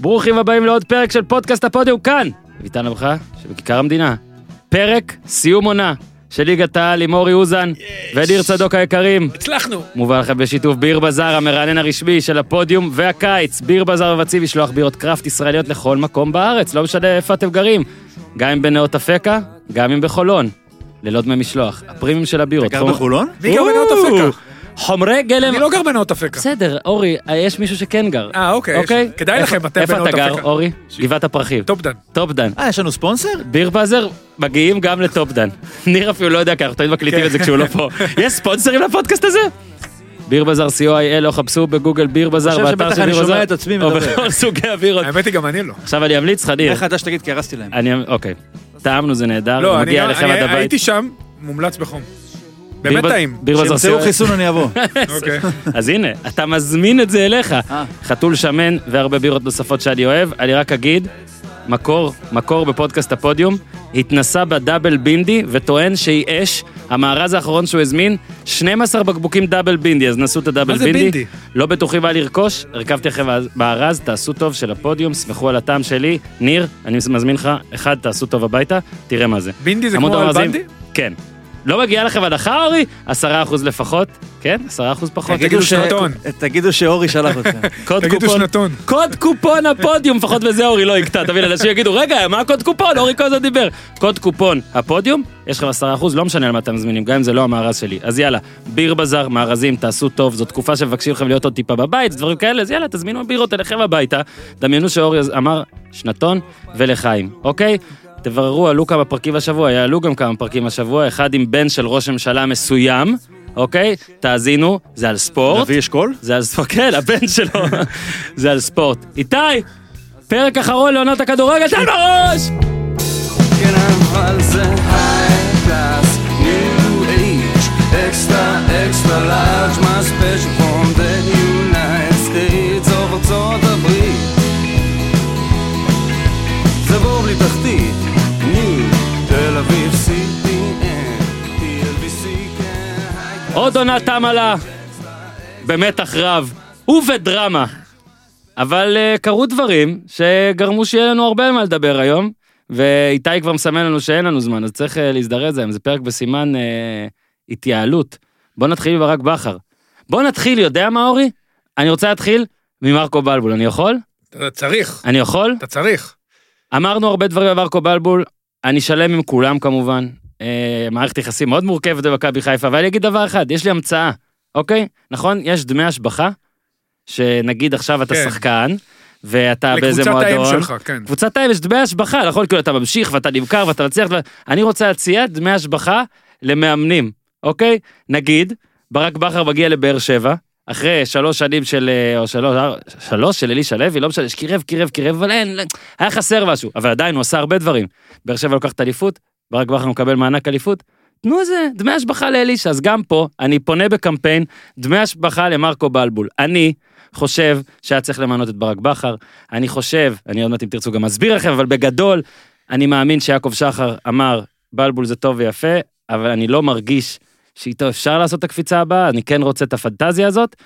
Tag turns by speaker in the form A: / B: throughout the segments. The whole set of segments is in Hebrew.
A: ברוכים הבאים לעוד פרק של פודקאסט הפודיום כאן, אביטן עמך, שבכיכר המדינה. פרק סיום עונה של ליגת העל עם אורי אוזן וניר צדוק היקרים.
B: הצלחנו.
A: מובא לכם בשיתוף ביר בזאר, המרענן הרשמי של הפודיום והקיץ. ביר בזאר מבצעים משלוח בירות קראפט ישראליות לכל מקום בארץ, לא משנה איפה אתם גרים. גם אם בנאות אפקה, גם אם בחולון. ללא דמי משלוח. הפרימיום של הבירות.
C: גר
A: חומר- לא
C: בחולון?
B: מי גר בנאות אפקה?
A: חומרי גלם.
B: אני לא גר בנאות אפקה.
A: בסדר, אורי, אה, יש מישהו שכן גר.
B: אה, אוקיי, יש- כדאי
A: איפה-
B: לכם, אתם
A: איפה
B: בנאות
A: אתה גר,
B: אפקה.
A: אורי? גבעת הפרחים.
B: טופדן.
A: טופדן.
C: אה, יש לנו ספונסר?
A: ביר באזר מגיעים גם לטופדן. ניר אפילו לא יודע, כי אנחנו תמיד
B: כן.
A: מקליטים את זה כשהוא לא פה. יש ספונסרים לפודקאסט הזה? ביר בזאר co.il או חפשו בגוגל ביר בזאר
C: חושב
A: באתר
C: שבטח
A: של
C: אני
A: ביר
C: שומע
A: בזאר
C: את עצמי
A: או
C: מדבר.
A: בכל סוגי הבירות.
B: האמת היא גם אני לא.
A: עכשיו אני אמליץ לך ניר.
C: איך אתה שתגיד כי הרסתי להם.
A: אני אוקיי. טעמנו זה נהדר,
B: לא,
A: זה
B: אני
A: מגיע
B: לא-
A: אליכם
B: אני
A: עד הבית.
B: הייתי שם, מומלץ בחום.
A: ביר
B: באמת
A: בז-
B: טעים.
A: ביר בזאר
C: שימצאו
A: co.il.
C: חיסון אני אבוא.
B: אוקיי.
A: אז הנה, אתה מזמין את זה אליך. חתול שמן והרבה בירות נוספות שאני אוהב. אני רק אגיד, מקור, מקור בפודקאסט הפודיום, התנסה בדאבל בינדי וטוען שהיא אש. המארז האחרון שהוא הזמין, 12 בקבוקים דאבל בינדי, אז נסו את הדאבל
B: מה זה בינדי?
A: לא בטוחים מה לרכוש, הרכבתי לכם מארז, תעשו טוב של הפודיום, סמכו על הטעם שלי. ניר, אני מזמין לך, אחד, תעשו טוב הביתה, תראה מה זה.
B: בינדי זה
A: עמוד
B: כמו
A: הארזים-
B: אלבנדי?
A: כן. לא מגיעה לכם הנחה, אורי? 10% לפחות. כן, 10% פחות.
B: תגידו
C: ש-
B: שנתון.
C: תגידו שאורי שלח אתכם.
A: קוד
B: תגידו
A: קופון,
B: שנתון.
A: קוד קופון הפודיום, לפחות בזה אורי לא יקטע, תבין, אנשים יגידו, רגע, מה הקוד קופון? אורי כל הזמן דיבר. קוד קופון הפודיום, יש לכם 10%, לא משנה על מה אתם מזמינים, גם אם זה לא המארז שלי. אז יאללה, ביר בזאר, מארזים, תעשו טוב, זו תקופה שמבקשים לכם להיות עוד טיפה בבית, דברים כאלה, אז יאללה, תזמינו בירות אליכם הביתה. דמיינו שאורי אמר, שנתון ולחיים, אוקיי? תבררו, עלו כמה פרקים השבוע, יעלו גם כמה פרקים השבוע, אחד עם בן של ראש ממשלה מסוים, אוקיי? תאזינו, זה על ספורט.
C: נביא אשכול?
A: זה על ספורט, כן, הבן שלו, זה על ספורט. איתי, פרק אחרון לעונת הכדורגל, תן בראש!
D: Thinking about the high class, new age, extra, extra large, my special from the United States of ארצות הברית. זה בור בלי תחתית, ניו, תל אביב, CTN, TLBC, כן, היי קלאס.
A: עוד עונה תמה לה, במתח רב, ובדרמה. אבל אה, קרו דברים שגרמו שיהיה לנו הרבה מה לדבר היום, ואיתי כבר מסמן לנו שאין לנו זמן, אז צריך אה, להזדרז היום, זה פרק בסימן אה, התייעלות. בוא נתחיל עם ברק בכר. בוא נתחיל, יודע מה אורי? אני רוצה להתחיל ממרקו בלבול, אני יכול?
B: אתה צריך.
A: אני יכול?
B: אתה צריך.
A: אמרנו הרבה דברים על מרקו בלבול, אני שלם עם כולם כמובן. אה, מערכת יחסים מאוד מורכבת במכבי חיפה, אבל אני אגיד דבר אחד, יש לי המצאה, אוקיי? נכון? יש דמי השבחה, שנגיד עכשיו אתה
B: כן.
A: שחקן, ואתה באיזה
B: לקבוצת האם
A: מועדון.
B: שלך, כן.
A: קבוצת האם יש דמי השבחה, נכון? כאילו אתה ממשיך ואתה נמכר ואתה מצליח. ו- אני רוצה להציע דמי השבחה למאמנים, אוקיי? נגיד, ברק בכר מגיע לבאר שבע, אחרי שלוש שנים של, אה, או שלוש, אר- שלוש של אלישע לוי, לא משנה, שקירב, קירב, קירב, אבל אין, לא- היה חסר משהו, אבל עדיין הוא עשה הרבה דברים. באר שבע לוקחת אליפות, ברק בכר מקבל מענק אליפות. תנו איזה דמי השבחה לאלישע, אז גם פה אני פונה בקמפיין דמי השבחה למרקו בלבול. אני חושב שהיה צריך למנות את ברק בכר, אני חושב, אני עוד מעט אם תרצו גם אסביר לכם, אבל בגדול, אני מאמין שיעקב שחר אמר, בלבול זה טוב ויפה, אבל אני לא מרגיש שאיתו אפשר לעשות את הקפיצה הבאה, אני כן רוצה את הפנטזיה הזאת.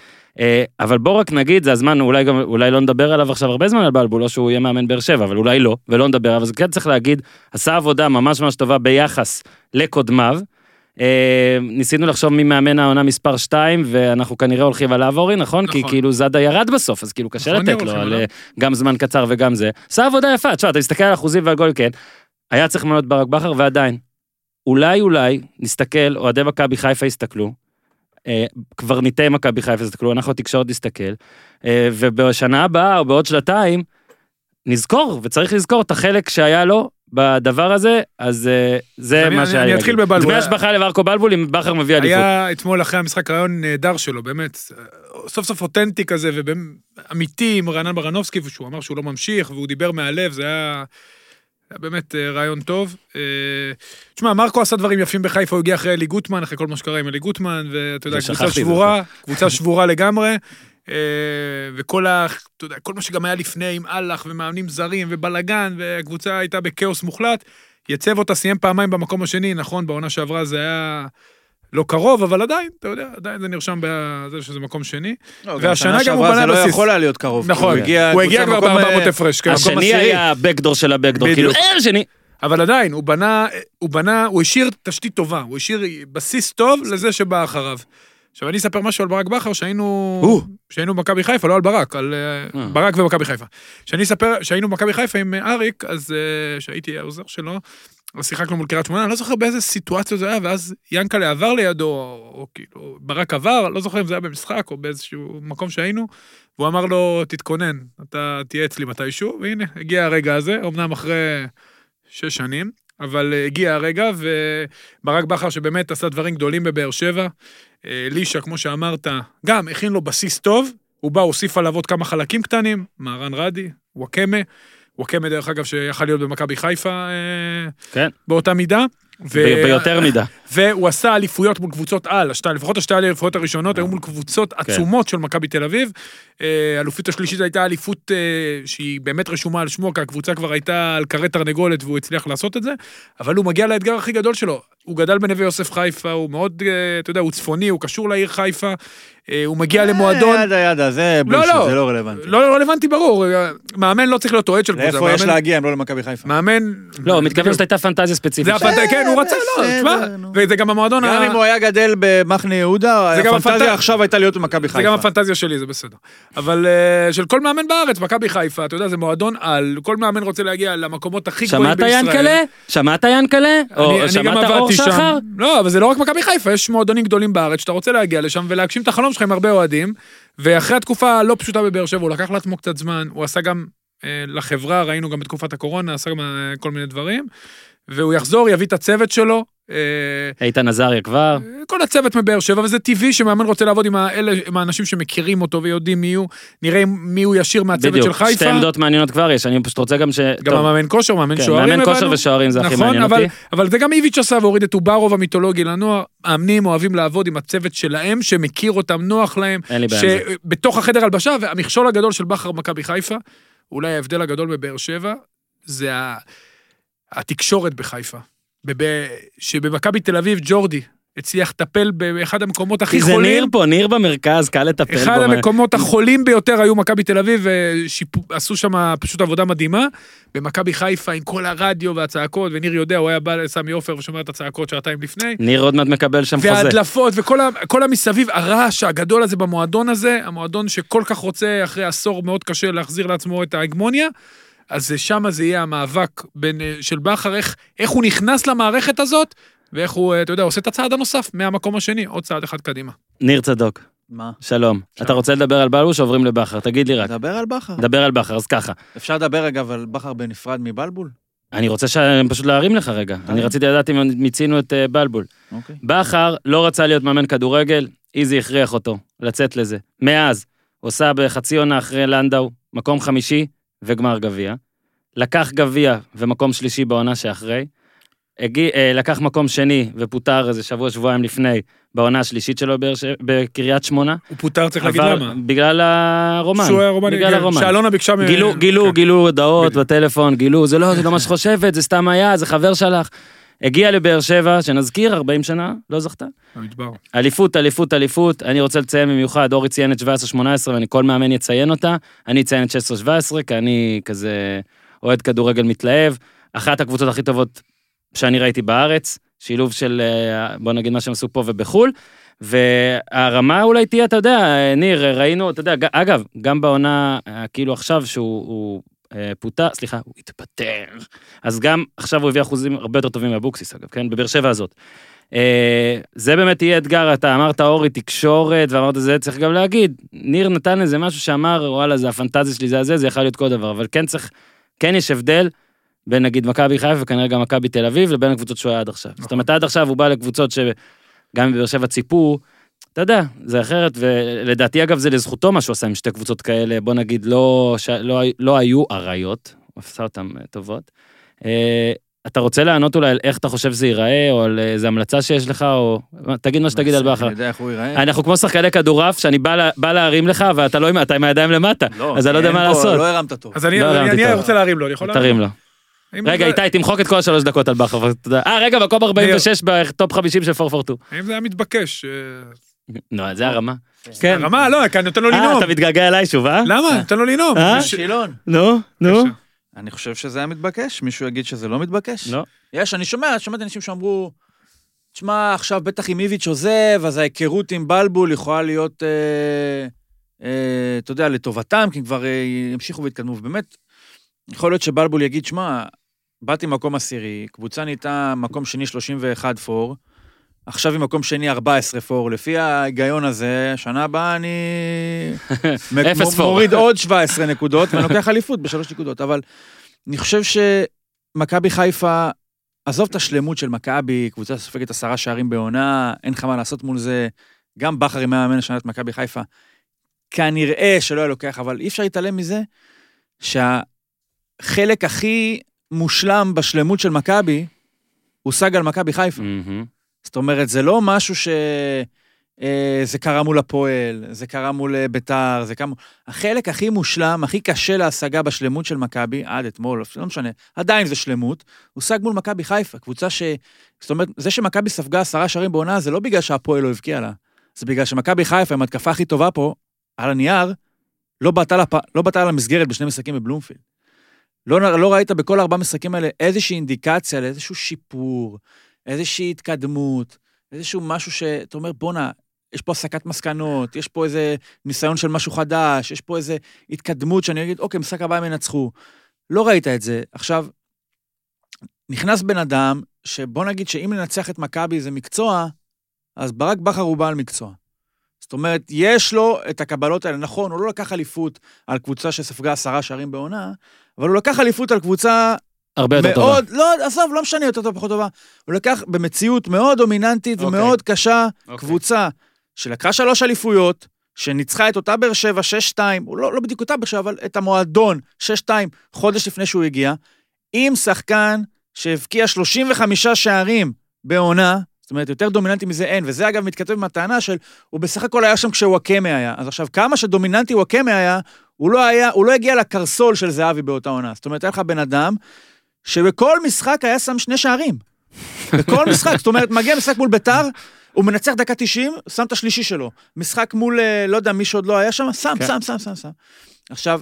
A: אה, אבל בוא רק נגיד, זה הזמן, אולי גם, אולי לא נדבר עליו עכשיו הרבה זמן על בלבול, לא שהוא יהיה מאמן באר שבע, אבל אולי לא, ולא נדבר עליו, אז כן צריך להגיד, עשה עבודה ממש ממש טובה ביחס לקודמיו. אה, ניסינו לחשוב מי מאמן העונה מספר 2, ואנחנו כנראה הולכים עליו אורי, נכון? כי
B: נכון.
A: כאילו זאדה ירד בסוף, אז כאילו קשה
B: נכון,
A: לתת לו
B: הולכים
A: על
B: עליו.
A: אה, גם זמן קצר וגם זה. עשה עבודה יפה, תשמע, אתה מסתכל על אחוזים ועל גול, כן. היה צריך למנות ברק בכר, ועדיין. אולי, אולי, נסתכל, אוהדי מכבי חיפה יסתכלו, אה, קברניטי מכבי חיפה יסתכלו, אנחנו התקשורת נסתכל, אה, ובשנה הבאה או בעוד שנתיים, נזכור, וצריך לזכור את החלק שהיה לו בדבר הזה, אז אה, זה
B: אני-
A: מה
B: אני-
A: שהיה
B: אני
A: לי להגיד.
B: אתחיל בבלבול.
A: דמי השבחה לברקו בלבול אם בכר מביא אליפות.
B: היה אתמול אחרי המשחק רעיון נהדר שלו, באמת, סוף סוף אותנטי כזה ואמיתי עם רענן ברנובסקי, ושהוא אמר שהוא לא ממשיך, והוא דיבר מהלב, זה היה... היה באמת אה, רעיון טוב. אה, תשמע, מרקו עשה דברים יפים בחיפה, הוא הגיע אחרי אלי גוטמן, אחרי כל מה שקרה עם אלי גוטמן, ואתה יודע,
A: ושכחתי
B: קבוצה
A: את זה.
B: שבורה, קבוצה שבורה לגמרי, אה, וכל ה... אתה יודע, כל מה שגם היה לפני עם אהלך ומאמנים זרים ובלאגן, והקבוצה הייתה בכאוס מוחלט, יצב אותה, סיים פעמיים במקום השני, נכון, בעונה שעברה זה היה... לא קרוב, אבל עדיין, אתה יודע, עדיין זה נרשם בזה שזה מקום שני.
C: לא,
B: והשנה גם הוא
C: שעברה
B: בנה
C: זה לא
B: בסיס.
C: יכול היה להיות קרוב.
B: נכון, הוא
C: קבוצה
B: הגיע כבר
C: מקום, אה,
B: ב-400 הפרש, כן, מקום
A: השני
B: עשירי.
A: היה הבקדור של הבקדור,
B: בדיוק.
A: כאילו, אה, השני.
B: אבל עדיין, הוא בנה, הוא בנה, הוא השאיר תשתית טובה, הוא השאיר בסיס טוב לזה שבא אחריו. עכשיו, אני אספר משהו על ברק בכר, שהיינו...
A: או.
B: שהיינו במכבי חיפה, לא על ברק, על אה,
A: אה.
B: ברק ומכבי חיפה. כשאני אספר, כשהיינו במכבי חיפה עם אה, אריק, אז אה, שהייתי העוזר שלו, אז שיחקנו מול קריית שמונה, אני לא זוכר באיזה סיטואציה זה היה, ואז ינקלה עבר לידו, או, או כאילו, ברק עבר, לא זוכר אם זה היה במשחק או באיזשהו מקום שהיינו, והוא אמר לו, תתכונן, אתה תהיה אצלי מתישהו, והנה, הגיע הרגע הזה, אמנם אחרי שש שנים, אבל אה, הגיע הרגע, וברק בכר שבאמת עשה דברים גדולים בבאר שבע, אה, לישה, כמו שאמרת, גם הכין לו בסיס טוב, הוא בא, הוסיף עליו עוד כמה חלקים קטנים, מהרן רדי, וואקמה, וואקמה דרך אגב שיכל להיות במכבי חיפה אה,
A: כן.
B: באותה מידה. ו...
A: ב- ביותר מידה.
B: והוא עשה אליפויות מול קבוצות על, השתי, לפחות השתי האליפויות הראשונות היו מול
C: כן.
B: קבוצות עצומות של מכבי תל אביב. אה, האלופות השלישית הייתה אליפות אה, שהיא באמת רשומה על שמו, כי הקבוצה כבר הייתה על כרי תרנגולת והוא הצליח לעשות את זה, אבל הוא מגיע לאתגר הכי גדול שלו. הוא גדל בנווה יוסף חיפה, הוא מאוד, אה, אתה יודע, הוא צפוני, הוא קשור לעיר חיפה, אה, הוא מגיע למועדון.
C: אה, ידה ידה, זה
B: לא.
C: בולשיט, זה לא רלוונטי.
B: לא לא רלוונטי, ברור, אה, מאמן לא צריך להיות אוהד של קבוצה.
C: לאיפה יש
B: מאמן-
C: להגיע אם לא למכבי חיפה?
B: מאמן...
A: לא, הוא מתכוון
B: בדיוק.
A: שזאת הייתה פנטזיה ספציפית.
B: זה הפנטזיה, כן, הוא רצה, לא,
C: בסדר,
B: תשמע,
C: נו.
B: וזה גם המועדון
C: גם
B: ה-
C: אם הוא היה גדל במחנה יהודה,
B: זה גם הפנטזיה-
C: הפנטזיה עכשיו הייתה להיות במכבי חיפה.
B: זה גם הפנטזיה שלי, זה בסדר. אבל אה, של כל מאמן בארץ, מכבי חיפה, אתה יודע, זה מועדון על, כל מאמן רוצה להגיע למקומות הכי גבוהים
A: שמעת
B: בישראל.
A: ינקלה? שמעת ינקלה?
B: אני-
A: או
B: אני גם
A: שמעת
B: עברתי
A: אור
B: שם.
A: שחר?
B: לא, אבל זה לא רק מכבי חיפה, יש מועדונים גדולים בארץ שאתה רוצה להגיע לשם ולהגשים את החלום שלך עם הרבה אוהדים. ואחרי התקופה הלא פשוטה בבאר שבע, הוא לקח לעצמו קצת זמן, הוא עשה גם אה, לחברה, ראינו גם בתקופת הקורונה, עשה גם אה, כל מיני דברים. והוא יחזור, יביא את הצוות שלו. אה,
A: איתן עזריה כבר.
B: כל הצוות מבאר שבע, וזה טבעי שמאמן רוצה לעבוד עם, האלה, עם האנשים שמכירים אותו ויודעים מי הוא, נראה מי הוא ישיר מהצוות של
A: בדיוק,
B: חיפה.
A: שתי עמדות מעניינות כבר יש, אני פשוט רוצה גם ש...
B: גם
A: טוב,
B: המאמן כושר, מאמן
A: כן,
B: שוערים,
A: מאמן כושר
B: הבנו.
A: ושוערים זה הכי
B: נכון,
A: מעניין
B: אבל,
A: אותי.
B: אבל זה גם איביץ' עשה והוריד את עוברוב המיתולוגי לנוער. מאמנים אוהבים לעבוד עם הצוות שלהם, שמכיר אותם, נוח להם.
A: אין לי בעיה עם זה.
B: שבתוך החדר הלבשה, והמכשול הגדול של בכר במכבי חיפה, אולי ההבדל הגדול בבאר שבע, זה ה- התקשורת בחיפה. בב- שבמכבי תל אביב ג'ורדי הצליח לטפל באחד המקומות הכי
A: כי זה
B: חולים.
A: ניר פה, ניר במרכז, קל לטפל בו.
B: אחד
A: מה-
B: המקומות החולים ביותר היו מכבי תל אביב, ועשו שם פשוט עבודה מדהימה. במכבי חיפה עם כל הרדיו והצעקות, וניר יודע, הוא היה בא לסמי עופר ושומע את הצעקות שעתיים לפני.
A: ניר עוד מעט מקבל שם חוזה.
B: וההדלפות וכל ה- כל המסביב, הרעש הגדול הזה במועדון הזה, המועדון שכל כך רוצה אחרי עשור מאוד קשה להחזיר לעצמו את ההגמוניה, אז שם זה יהיה המאבק בין, אה, של בכר, איך, איך הוא נכנס למערכת הזאת, ואיך הוא, אה, אתה יודע, עושה את הצעד הנוסף מהמקום השני, עוד צעד אחד קדימה.
A: ניר צדוק,
C: מה?
A: שלום. אתה רוצה לדבר על בלבוש, עוברים לבכר, תגיד לי רק.
C: דבר על בכר.
A: דבר על בכר, אז ככה.
C: אפשר לדבר אגב על בכר בנפרד מבלבול?
A: אני רוצה ש... פשוט להרים לך רגע. אני רציתי לדעת אם מיצינו את אה, בלבול.
C: אוקיי.
A: בכר לא רצה להיות מאמן כדורגל, איזי הכריח אותו לצאת לזה. מאז, עושה בחצי עונה אחרי לנדאו, מקום חמישי וגמר גביע. לקח גביע ומקום שלישי בעונה שאחרי. הגי, אה, לקח מקום שני ופוטר איזה שבוע, שבועיים לפני, בעונה השלישית שלו בבאר שבע- בקריית שמונה.
B: הוא פוטר, צריך להגיד
A: עבר-
B: למה.
A: בגלל הרומן.
B: שהוא היה רומני,
A: בגלל
B: כן,
A: הרומן.
B: שאלונה ביקשה ממנו.
A: גילו, גילו, גילו הודעות
B: כן. בדיוק.
A: בטלפון, גילו, זה לא, זה לא מה שחושבת, זה סתם היה, זה חבר שלך. הגיע לבאר שבע, שנזכיר, 40 שנה, לא זכתה.
B: המדבר.
A: אליפות, אליפות, אליפות, אני רוצה לציין במיוחד, אורי ציין את 17-18, ואני כל מאמן יציין אותה, אני אציין את 16-17, כי אני כזה אוהד כדורגל מתלהב. אחת הקבוצות הכי טובות שאני ראיתי בארץ, שילוב של, אה, בוא נגיד, מה שהם עשו פה ובחול. והרמה אולי תהיה, אתה יודע, אה, ניר, ראינו, אתה יודע, ג- אגב, גם בעונה, אה, כאילו עכשיו, שהוא הוא, אה, פוטר, סליחה, הוא התפטר. אז גם עכשיו הוא הביא אחוזים הרבה יותר טובים מאבוקסיס, אגב, כן? בבאר שבע הזאת. אה, זה באמת יהיה אתגר, אתה אמרת אורי תקשורת, ואמרת זה, צריך גם להגיד, ניר נתן איזה משהו שאמר, וואלה, זה הפנטזיה שלי, זה הזה, זה יכול להיות כל דבר, אבל כן צריך, כן יש הבדל בין נגיד מכבי חיפה וכנראה גם מכבי תל אביב, לבין הקבוצות שהוא היה עד עכשיו.
C: נכון.
A: זאת אומרת, עד עכשיו הוא בא לקבוצות שגם בבאר שבע ציפו, אתה יודע, זה אחרת, ולדעתי אגב זה לזכותו מה שהוא עשה עם שתי קבוצות כאלה, בוא נגיד, לא, ש... לא, לא היו אריות, הוא עשה אותן אה, טובות. אה, אתה רוצה לענות אולי על איך אתה חושב זה ייראה, או על אה, איזה המלצה שיש לך, או... תגיד מה שתגיד על בכר.
C: אני יודע איך הוא ייראה.
A: אנחנו כמו שחקני כדורעף, שאני בא לה- בא להרים לך, ואתה לא עם... אתה עם הידיים למטה, אז אני לא יודע
C: אין
A: מה
C: פה-
A: לעשות.
C: לא הרמת טוב.
B: אז אני
A: לא הרמתי
B: אני
A: את ה-
B: רוצה להרים לו, אני יכול
A: תרים לו.
B: אם
A: רגע,
B: זה-
A: איתי, תמחוק את כל השלוש דקות על בכר. אבל תודה. אה, רגע, מקום 46 בטופ 50 של 442.
B: האם זה היה מתבקש? אה,
A: נו, זה הרמה. כן.
B: הרמה, לא, כי אני נותן לו
A: אה,
B: לנאום.
A: אתה מתגעגע אליי שוב, אה?
B: למה? נותן לו לנאום.
A: אה?
B: ש-
C: שילון.
A: נו, נו.
B: בבקשה.
C: אני חושב שזה היה מתבקש, מישהו יגיד שזה לא מתבקש?
A: לא.
C: יש, אני שומע, שמעתי אנשים שאמרו, תשמע, עכשיו בטח אם איביץ' עוזב, אז ההיכרות עם בלבול יכולה להיות, אה, אה, אתה יודע, לטובתם, כי הם כבר אה, ימשיכו ויתקדמו, ובאמת, יכול להיות שבלבול יגיד, שמע, באתי מקום עשירי, קבוצה נהייתה מקום שני 31 פור, עכשיו היא מקום שני 14 פור, לפי ההיגיון הזה, שנה הבאה אני... מק-
A: אפס
C: מ-
A: פור.
C: מוריד עוד 17 נקודות, ואני לוקח אליפות בשלוש נקודות, אבל אני חושב שמכבי חיפה, עזוב את השלמות של מכבי, קבוצה סופגת עשרה שערים בעונה, אין לך מה לעשות מול זה, גם בכר אם היה מאמן השנה את מכבי חיפה, כנראה שלא היה לוקח, אבל אי אפשר להתעלם מזה שהחלק הכי מושלם בשלמות של מכבי, הושג על מכבי חיפה.
A: מהמם.
C: זאת אומרת, זה לא משהו ש... אה, זה קרה מול הפועל, זה קרה מול אה, ביתר, זה קרה... מול- החלק הכי מושלם, הכי קשה להשגה בשלמות של מכבי, עד אתמול, לא משנה, עדיין זה שלמות, הושג מול מכבי חיפה, קבוצה ש... זאת אומרת, זה שמכבי ספגה עשרה שערים בעונה, זה לא בגלל שהפועל לא הבקיע לה, זה בגלל שמכבי חיפה, עם התקפה הכי טובה פה, על הנייר, לא בעטה לפ... לא בעטה למסגרת בשני משחקים בבלומפילד. לא, נ- לא ראית בכל ארבעה משחקים האלה איזושהי אינדיקציה לאיזשהו שיפור, איזושהי התקדמות, איזשהו משהו שאתה אומר, בואנה, יש פה הסקת מסקנות, יש פה איזה ניסיון של משהו חדש, יש פה איזה התקדמות שאני אגיד, אוקיי, משחק הבא הם ינצחו. לא ראית את זה. עכשיו, נכנס בן אדם, שבוא נגיד שאם לנצח את מכבי זה מקצוע, אז ברק בכר הוא בעל מקצוע. זאת אומרת, יש לו את הקבלות האלה. נכון, הוא לא לקח אליפות על קבוצה שספגה עשרה שערים בעונה, אבל הוא לקח אליפות על קבוצה
A: הרבה יותר טובה.
C: מאוד, לא, עזוב, לא משנה יותר טוב, פחות טובה. הוא לקח במציאות מאוד דומיננטית
B: אוקיי.
C: ומאוד קשה,
B: אוקיי.
C: קבוצה שלקחה שלוש אליפויות, שניצחה את אותה באר שבע 6-2, הוא לא, לא בדיוק אותה באר שבע, אבל את המועדון 6-2 חודש לפני שהוא הגיע, עם שחקן שהבקיע 35 שערים בעונה, זאת אומרת, יותר דומיננטי מזה אין, וזה אגב מתכתב עם הטענה של, הוא בסך הכל היה שם כשוואקמה היה. אז עכשיו, כמה שדומיננטי וואקמה היה, הוא לא היה, הוא לא הגיע לקרסול של זהבי באותה עונה. זאת אומרת, היה לך בן אדם שבכל משחק היה שם שני שערים. בכל משחק, זאת אומרת, מגיע משחק מול ביתר, הוא מנצח דקה 90, שם את השלישי שלו. משחק מול, אה, לא יודע, מי שעוד לא היה שם, שם,
A: כן.
C: שם, שם, שם, שם. עכשיו,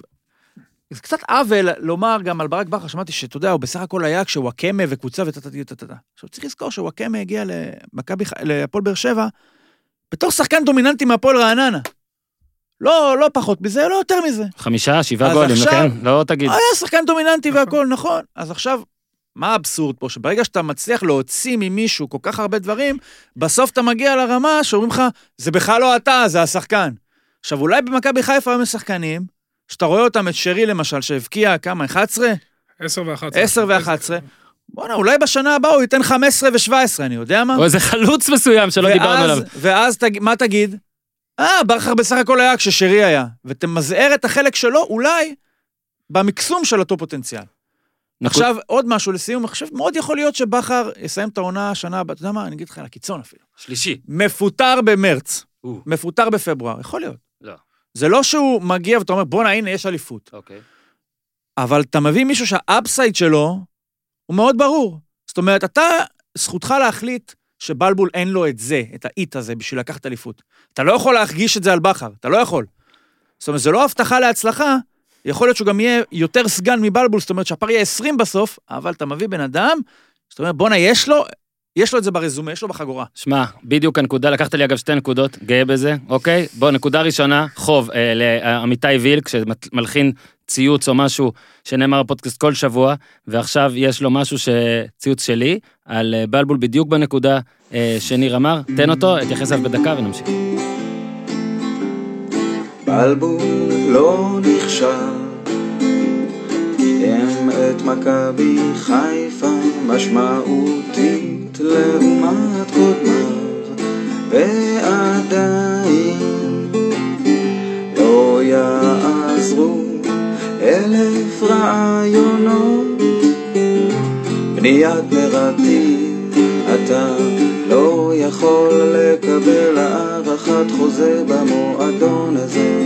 C: זה קצת עוול לומר גם על ברק בכר, שמעתי שאתה יודע, הוא בסך הכל היה כשוואקמה וקבוצה וטטטטטטטט. עכשיו, צריך לזכור שוואקמה הגיע למכבי, ח- להפועל באר שבע, בתור שחקן דומיננטי מהפועל רעננה. לא, לא פחות מזה, לא יותר מזה.
A: חמישה, שבעה
C: אז
A: גולים,
C: עכשיו-
A: כן? לא תגיד.
C: היה שחקן דומיננטי והכל, נכון. אז עכשיו, מה האבסורד פה? שברגע שאתה מצליח להוציא ממישהו כל כך הרבה דברים, בסוף אתה מגיע לרמה שאומרים לך, זה בכלל לא אתה, זה השחקן. עכשיו, אולי במכבי חיפה היום יש שחקנים, שאתה רואה אותם, את שרי למשל, שהבקיע כמה, 11?
B: 10 ו-11.
C: 10 ו-11. בואנה, אולי בשנה הבאה הוא ייתן 15 ו-17, אני יודע מה.
A: או איזה חלוץ מסוים שלא
C: ואז-
A: דיברנו עליו.
C: ואז תג- מה תגיד? אה, בכר בסך הכל היה כששרי היה, ותמזער את החלק שלו אולי במקסום של אותו פוטנציאל.
A: נכון.
C: עכשיו, עוד משהו לסיום, עכשיו, מאוד יכול להיות שבכר יסיים את העונה השנה הבאה, אתה יודע מה, אני אגיד לך על הקיצון אפילו.
A: שלישי.
C: מפוטר במרץ,
A: או,
C: מפוטר בפברואר, יכול להיות.
A: לא.
C: זה לא שהוא מגיע ואתה אומר, בואנה, הנה, יש אליפות.
A: אוקיי.
C: אבל אתה מביא מישהו שהאפסייד שלו הוא מאוד ברור. זאת אומרת, אתה, זכותך להחליט שבלבול אין לו את זה, את האיט הזה, בשביל לקחת אליפות. אתה לא יכול להרגיש את זה על בכר, אתה לא יכול. זאת אומרת, זה לא הבטחה להצלחה, יכול להיות שהוא גם יהיה יותר סגן מבלבול, זאת אומרת שהפער יהיה 20 בסוף, אבל אתה מביא בן אדם, זאת אומרת, בואנה, יש לו, יש לו את זה ברזומה, יש לו בחגורה.
A: שמע, בדיוק הנקודה, לקחת לי אגב שתי נקודות, גאה בזה, אוקיי? בוא, נקודה ראשונה, חוב אה, לעמיתי וילק, שמלחין ציוץ או משהו שנאמר בפודקאסט כל שבוע, ועכשיו יש לו משהו ש... ציוץ שלי, על אה, בלבול בדיוק בנקודה אה, שניר אמר, תן אותו, אתייחס אליו בדקה ונמשיך.
D: בלבול לא נחשב, קידם את מכבי חיפה משמעותית לעומת קודמיו, ועדיין לא יעזרו אלף רעיונות, בניית נרטיב, אתה לא יכול לקבל הארכת חוזה במועדון הזה,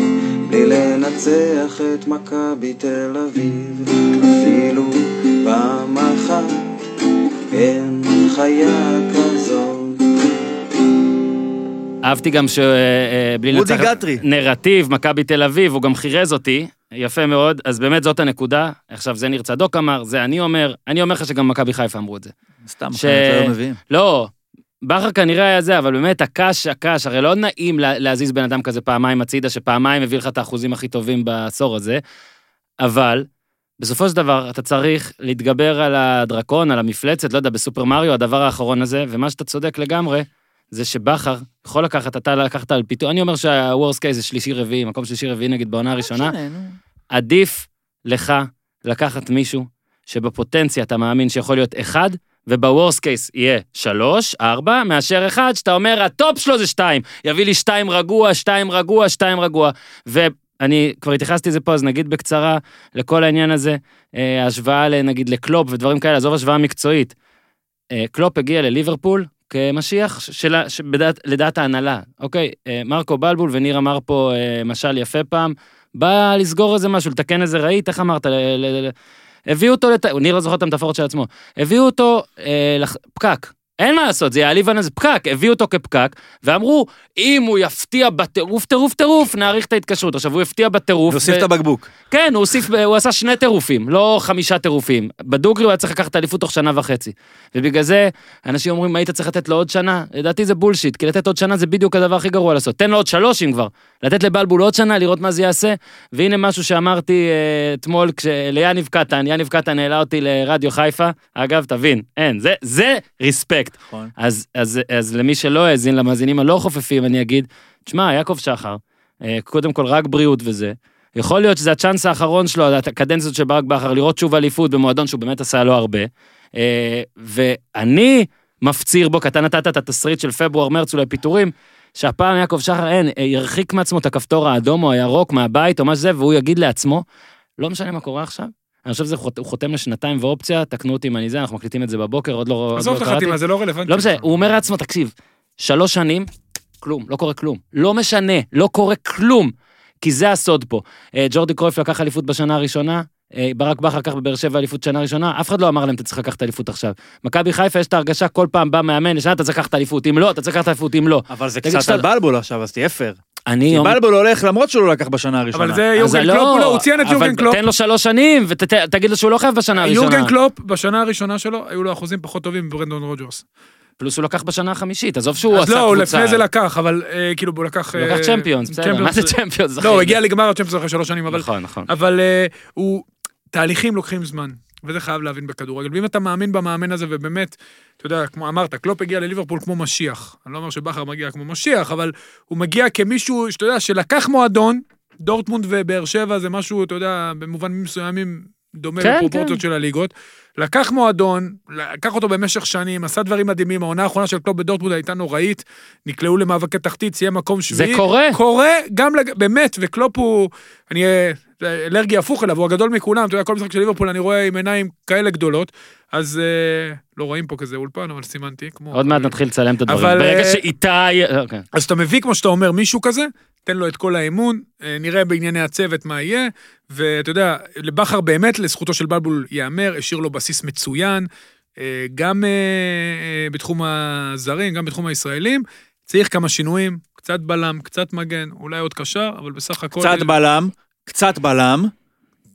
D: בלי לנצח את מכבי תל אביב, אפילו פעמיים.
A: אהבתי גם אה, שבלי
C: רודי גטרי.
A: נרטיב, מכבי תל אביב, הוא גם חירז אותי, יפה מאוד, אז באמת זאת הנקודה. עכשיו, זה ניר צדוק אמר, זה אני אומר, אני אומר לך שגם מכבי חיפה אמרו את זה.
C: סתם,
A: ש-
C: ש... לא מביאים.
A: לא, בכר כנראה היה זה, אבל באמת, הקש, הקש, הרי לא נעים לה, להזיז בן אדם כזה פעמיים הצידה, שפעמיים הביא לך את האחוזים הכי טובים בעשור הזה, אבל בסופו של דבר אתה צריך להתגבר על הדרקון, על המפלצת, לא יודע, בסופר מריו, הדבר האחרון הזה, ומה שאתה צודק לגמרי, זה שבכר יכול לקחת, אתה לקחת על פיתוח, אני אומר שה-Worst case זה שלישי-רביעי, מקום שלישי-רביעי נגיד בעונה הראשונה,
C: משנה, נו.
A: עדיף לך לקחת מישהו שבפוטנציה אתה מאמין שיכול להיות אחד, ובוורסט קייס יהיה שלוש, ארבע, מאשר אחד, שאתה אומר, הטופ שלו זה שתיים. יביא לי שתיים רגוע, שתיים רגוע, שתיים רגוע. ואני כבר התייחסתי לזה פה, אז נגיד בקצרה לכל העניין הזה, אה, השוואה נגיד לקלופ ודברים כאלה, עזוב השוואה מקצועית. אה, קלופ הגיע לליברפול כמשיח שלה, שבדעת, לדעת ההנהלה, אוקיי? אה, מרקו בלבול וניר אמר פה אה, משל יפה פעם, בא לסגור איזה משהו, לתקן איזה רהיט, איך אמרת? ל- ל- ל- הביאו אותו, לת... ניר לא זוכר את המטאפורות של עצמו, הביאו אותו אה, לח... פקק. אין מה לעשות, זה יעליב על זה פקק, הביאו אותו כפקק, ואמרו, אם הוא יפתיע בטירוף, טירוף, טירוף, נאריך את ההתקשרות. עכשיו, הוא הפתיע בטירוף.
C: נוסיף
A: ו-
C: את הבקבוק.
A: כן, הוא הוסיף, הוא עשה שני טירופים, לא חמישה טירופים. בדוגרי הוא היה צריך לקחת אליפות תוך שנה וחצי. ובגלל זה, אנשים אומרים, היית צריך לתת לו עוד שנה? לדעתי זה בולשיט, כי לתת עוד שנה זה בדיוק הדבר הכי גרוע לעשות. תן לו עוד שלוש אם כבר. לתת לבלבול עוד שנה, לראות מה זה יעשה. והנה משהו שאמרתי אה, אתמול כש- ליניב קטן, יניב קטן העלה אותי לרדיו חיפה. אגב, תבין, אין, זה, זה רספקט.
C: נכון.
A: אז, אז, אז למי שלא האזין, למאזינים הלא חופפים, אני אגיד, תשמע, יעקב שחר, אה, קודם כל רק בריאות וזה. יכול להיות שזה הצ'אנס האחרון שלו, הקדנציות של ברק בכר, לראות שוב אליפות במועדון שהוא באמת עשה לו הרבה. אה, ואני מפציר בו, כי אתה נתת את התסריט של פברואר-מרץ אולי פיטורים, שהפעם יעקב שחר, אין, אה, ירחיק מעצמו את הכפתור האדום או הירוק מהבית או מה שזה, והוא יגיד לעצמו, לא משנה מה קורה עכשיו. אני חושב שהוא חותם לשנתיים ואופציה, תקנו אותי אם אני זה, אנחנו מקליטים את זה בבוקר, עוד לא עוד לא
B: עזוב את
A: קראתי.
B: החתימה, זה לא רלוונטי.
A: לא משנה, הוא אומר לעצמו, תקשיב, שלוש שנים, כלום, לא קורה כלום. לא משנה, לא קורה כלום, כי זה הסוד פה. אה, ג'ורדי קרויף לקח אליפות בשנה הראשונה, אה, ברק בכר לקח בבאר שבע אליפות שנה ראשונה, אף אחד לא אמר להם, אתה צריך לקחת אליפות עכשיו. מכבי חיפה, יש את ההרגשה, כל פעם בא מאמן, לשנה אתה צריך לקחת אליפות, אם לא, אתה צריך לקחת אליפות, אם לא.
C: אבל זה
A: תגיד,
C: קצת
A: שאתה-
C: על בלבול עכשיו, אז תהיה פייר.
A: אני...
C: כי
A: אומר-
C: בלבול הולך למרות שהוא לא לקח בשנה הראשונה.
B: אבל זה
A: אז
B: יורגן
A: לא,
B: קלופ, הוא לא, הוא ציין את
A: אבל
B: יורגן קלופ.
A: תן לו שלוש שנים, ותגיד לו שהוא לא חייב בשנה הראשונה.
B: יורגן קלופ, בשנה הראשונה שלו, היו לו אחוזים פחות טובים מברנדון רוג'רס.
A: פלוס הוא לקח בשנה החמישית, עזוב שהוא עשה
B: אז
A: קבוצה.
B: לא, הוא לפני זה לקח, אבל אה, כאילו הוא לקח...
A: הוא לקח
B: אה,
A: צ'מפיונס, בסדר, מה זה צ'מפיונס?
B: לא, הוא
A: אחי?
B: הגיע לגמר הצ'מפיונס אחרי שלוש שנים, אבל...
A: נכון, נכון.
B: אבל אה, הוא... תהליכים לוקחים זמן, וזה חייב להבין בכדורגל. ואם אתה מאמין במאמן הזה, ובאמת, אתה יודע, כמו אמרת, קלופ הגיע לליברפול כמו משיח. אני לא אומר שבכר מגיע כמו משיח, אבל הוא מגיע כמישהו, שאתה יודע, שלקח מועדון, דורטמונד ובאר שבע זה משהו, אתה יודע, במובנים מסוימים דומה
A: כן,
B: לפרופורציות של הליגות. לקח מועדון, לקח אותו במשך שנים, עשה דברים מדהימים, העונה האחרונה של קלופ בדורטמונד הייתה נוראית, נקלעו למאבקי תחתית, סיים מקום שביעי.
A: קורה.
B: קורה גם, לג... באמת, וקלופ הוא, אני אה, אלרגי הפוך אליו, הוא הגדול מכולם, אתה יודע, כל משחק של ליברפול אני רואה עם עיניים כאלה גדולות, אז אה, לא רואים פה כזה אולפן, אבל סימנתי, כמו...
A: עוד מעט נתחיל לצלם את הדברים.
B: אוקיי. אבל,
A: ברגע
B: אה,
A: שאיתי... אוקיי.
B: אז אתה מביא, כמו שאתה אומר, מישהו כזה, תן לו את כל האמון, אה, נראה בענייני הצוות מה יהיה, ואתה יודע, לבכר באמת, לזכותו של בלבול ייאמר, השאיר לו בסיס מצוין, אה, גם אה, אה, בתחום הזרים, גם בתחום הישראלים. צריך כמה שינויים, קצת בלם, קצת מגן, אולי עוד קשר, אבל בסך הכל...
C: קצת בלם, קצת בלם,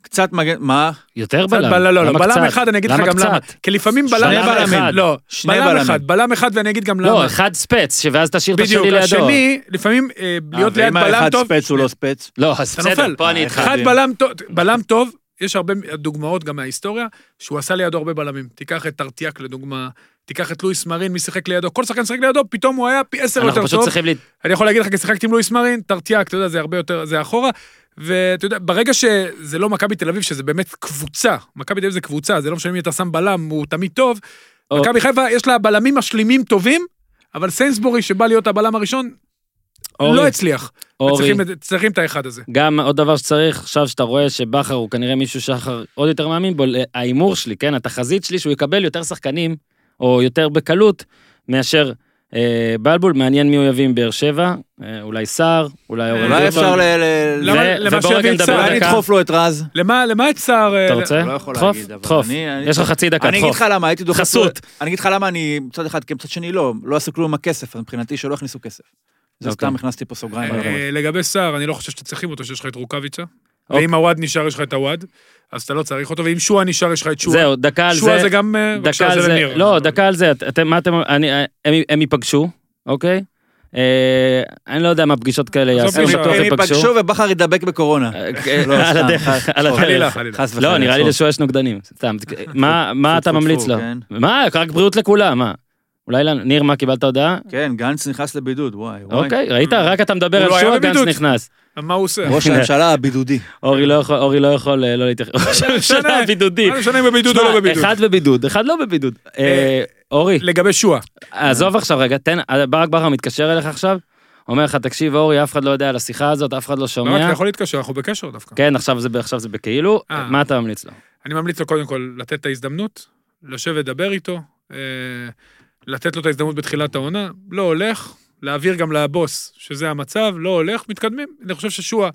C: קצת מגן... מה?
A: יותר
B: קצת
A: בלם.
B: בלם, לא, לא,
A: למה
B: בלם
A: קצת?
B: אחד, אני אגיד לך
A: למה
B: גם למה.
A: קצת?
B: כי לפעמים בלם...
A: שני
B: אחד-
A: בלמים.
B: לא,
C: שני
B: בלם
C: בלמים.
B: אחד, בלם אחד, ואני אגיד גם למה.
A: לא, אחד ספץ, שאז תשאיר את
B: בדיוק,
A: השני לידו.
B: השני, לפעמים אה, להיות ליד
C: ואם האחד
B: בלם טוב...
C: ספץ הוא לא ספץ.
A: לא, אז
B: אתה
A: בסדר,
B: נופל.
A: פה אני איתך.
B: אחד
C: חייבים.
B: בלם טוב, בלם טוב, יש הרבה דוגמאות גם מההיסטוריה, שהוא עשה לידו הרבה בלמים. תיקח את טרטיאק לדוגמה, תיקח את לואיס מרין, מי שיחק לידו, כל שחקן שיחק לידו, פתאום הוא היה פי עשר
A: אנחנו
B: יותר
A: פשוט
B: טוב.
A: צריכים... להת-
B: אני יכול להגיד לך, כי שיחקתי עם לואיס מרין, טרטיאק, אתה יודע, זה הרבה יותר, זה אחורה. ואתה יודע, ברגע שזה לא מכבי תל אביב, שזה באמת קבוצה, מכבי תל אביב זה קבוצה, זה לא משנה אם אתה שם בלם, הוא תמיד טוב.
A: או-
B: מכבי חיפה, יש לה בלמים משלימים טובים, אבל סיינסבורי, שבא להיות הבלם הראשון, לא
A: אורי,
B: הצליח.
A: אורי,
B: וצריכים את- צריכים את האחד הזה.
A: גם עוד דבר שצריך, עכשיו שאתה רואה שבכר הוא כנראה מישהו שחר עוד יותר מאמין בו, ההימור שלי, כן, התחזית שלי שהוא יקבל יותר שחקנים, או יותר בקלות, מאשר אה, בלבול, מעניין מי הוא יביא עם באר שבע, אה, אולי סער, אולי אורן
C: אולי
A: ביטון.
C: אפשר ל... ל-
B: למה-
A: ו-
B: למה
A: ובואו רגע
B: שיביא את
A: נדבר
B: סער?
A: דקה.
C: אולי נדחוף לו את רז.
B: למה, למה את סער... אה,
A: אתה רוצה?
C: לא יכול
A: דחוף,
C: להגיד, אבל
A: דחוף.
C: אני- אני-
A: יש לך חצי דקה,
C: אני אגיד
A: דחוף.
C: לך למה, הייתי דוחף... לו-
A: חסות.
C: אני אגיד לך למה אני מצד אחד, כן, מצד שני לא, לא עשו כלום עם הכסף, אז מבחינתי שלא הכניסו כסף. זה
A: אוקיי.
C: סתם הכנסתי פה סוגריים. על
B: אה, לגבי סער, אני לא חושב שאתם צריכים אותו, שיש לך את רוקאביצה.
A: אוקיי.
B: ואם הוואד נשאר, יש לך את הוואד, אז אתה לא צריך אותו, ואם שועה נשאר, יש לך את שועה.
A: זהו, דקה על זה.
B: שועה זה גם... אה,
A: דקה
B: בבקשה,
A: על זה,
B: לניר.
A: לא, דקה על זה, את- אתם, מה אתם, אני, הם, הם ייפגשו, אוקיי? אה, אני לא יודע מה פגישות כאלה
B: עזוב,
A: יעשו,
B: הם
A: אני בטוח
C: הם
A: ייפגשו.
C: ייפגשו ובכר ידבק בקורונה.
A: אה,
C: לא,
A: על
C: סתם,
A: הדרך,
C: חס-
A: על
C: צחוק.
A: הדרך.
B: חלילה, חלילה.
C: חס וחלילה.
A: לא, נראה לי
C: צחוק.
A: לשועש נוגדנים, סתם. מה- מה
C: טפו,
A: אתה
C: טפו,
A: ממליץ לו?
C: כן.
A: מה, רק בריאות לכולם, מה? אולי, לנו- ניר, מה, קיבלת הודעה?
C: כן, גנץ נכנס לבידוד, וואי, וואי.
A: אוקיי, ראית? רק אתה מדבר
B: הוא
A: על
B: לא היה
A: שועה, גנץ
B: בבידוד.
A: נכנס.
B: מה הוא עושה?
C: ראש הממשלה הבידודי.
A: אורי לא יכול- אורי לא יכול אה, לא להתייחס. ראש הממשלה
B: משנה.
A: הבידודי.
B: מה זה משנה אם בבידוד או
A: שמע,
B: לא בבידוד?
A: אחד בבידוד, אחד לא בבידוד. אה, אורי,
B: לגבי שועה.
A: עזוב עכשיו רגע, תן, אה, ברק בכר מתקשר אליך עכשיו, אומר לך, תקשיב אורי, אף אחד לא יודע על השיחה הזאת, אף אחד לא
B: לא,
A: שומע.
B: אתה יכול להתקשר, אנחנו בקשר דווקא.
A: כן, עכשיו זה ב- עכשיו זה בכאילו,
B: אה.
A: מה אתה ממליץ לו?
B: אני ממליץ לו קודם כל לתת את ההזדמנות, לשבת לדבר איתו, אה, לתת לו את ההזדמנות בתחילת העונה, לא הולך, להעביר גם לבוס שזה המצב, לא הולך, מתקדמים. אני חושב ששועה,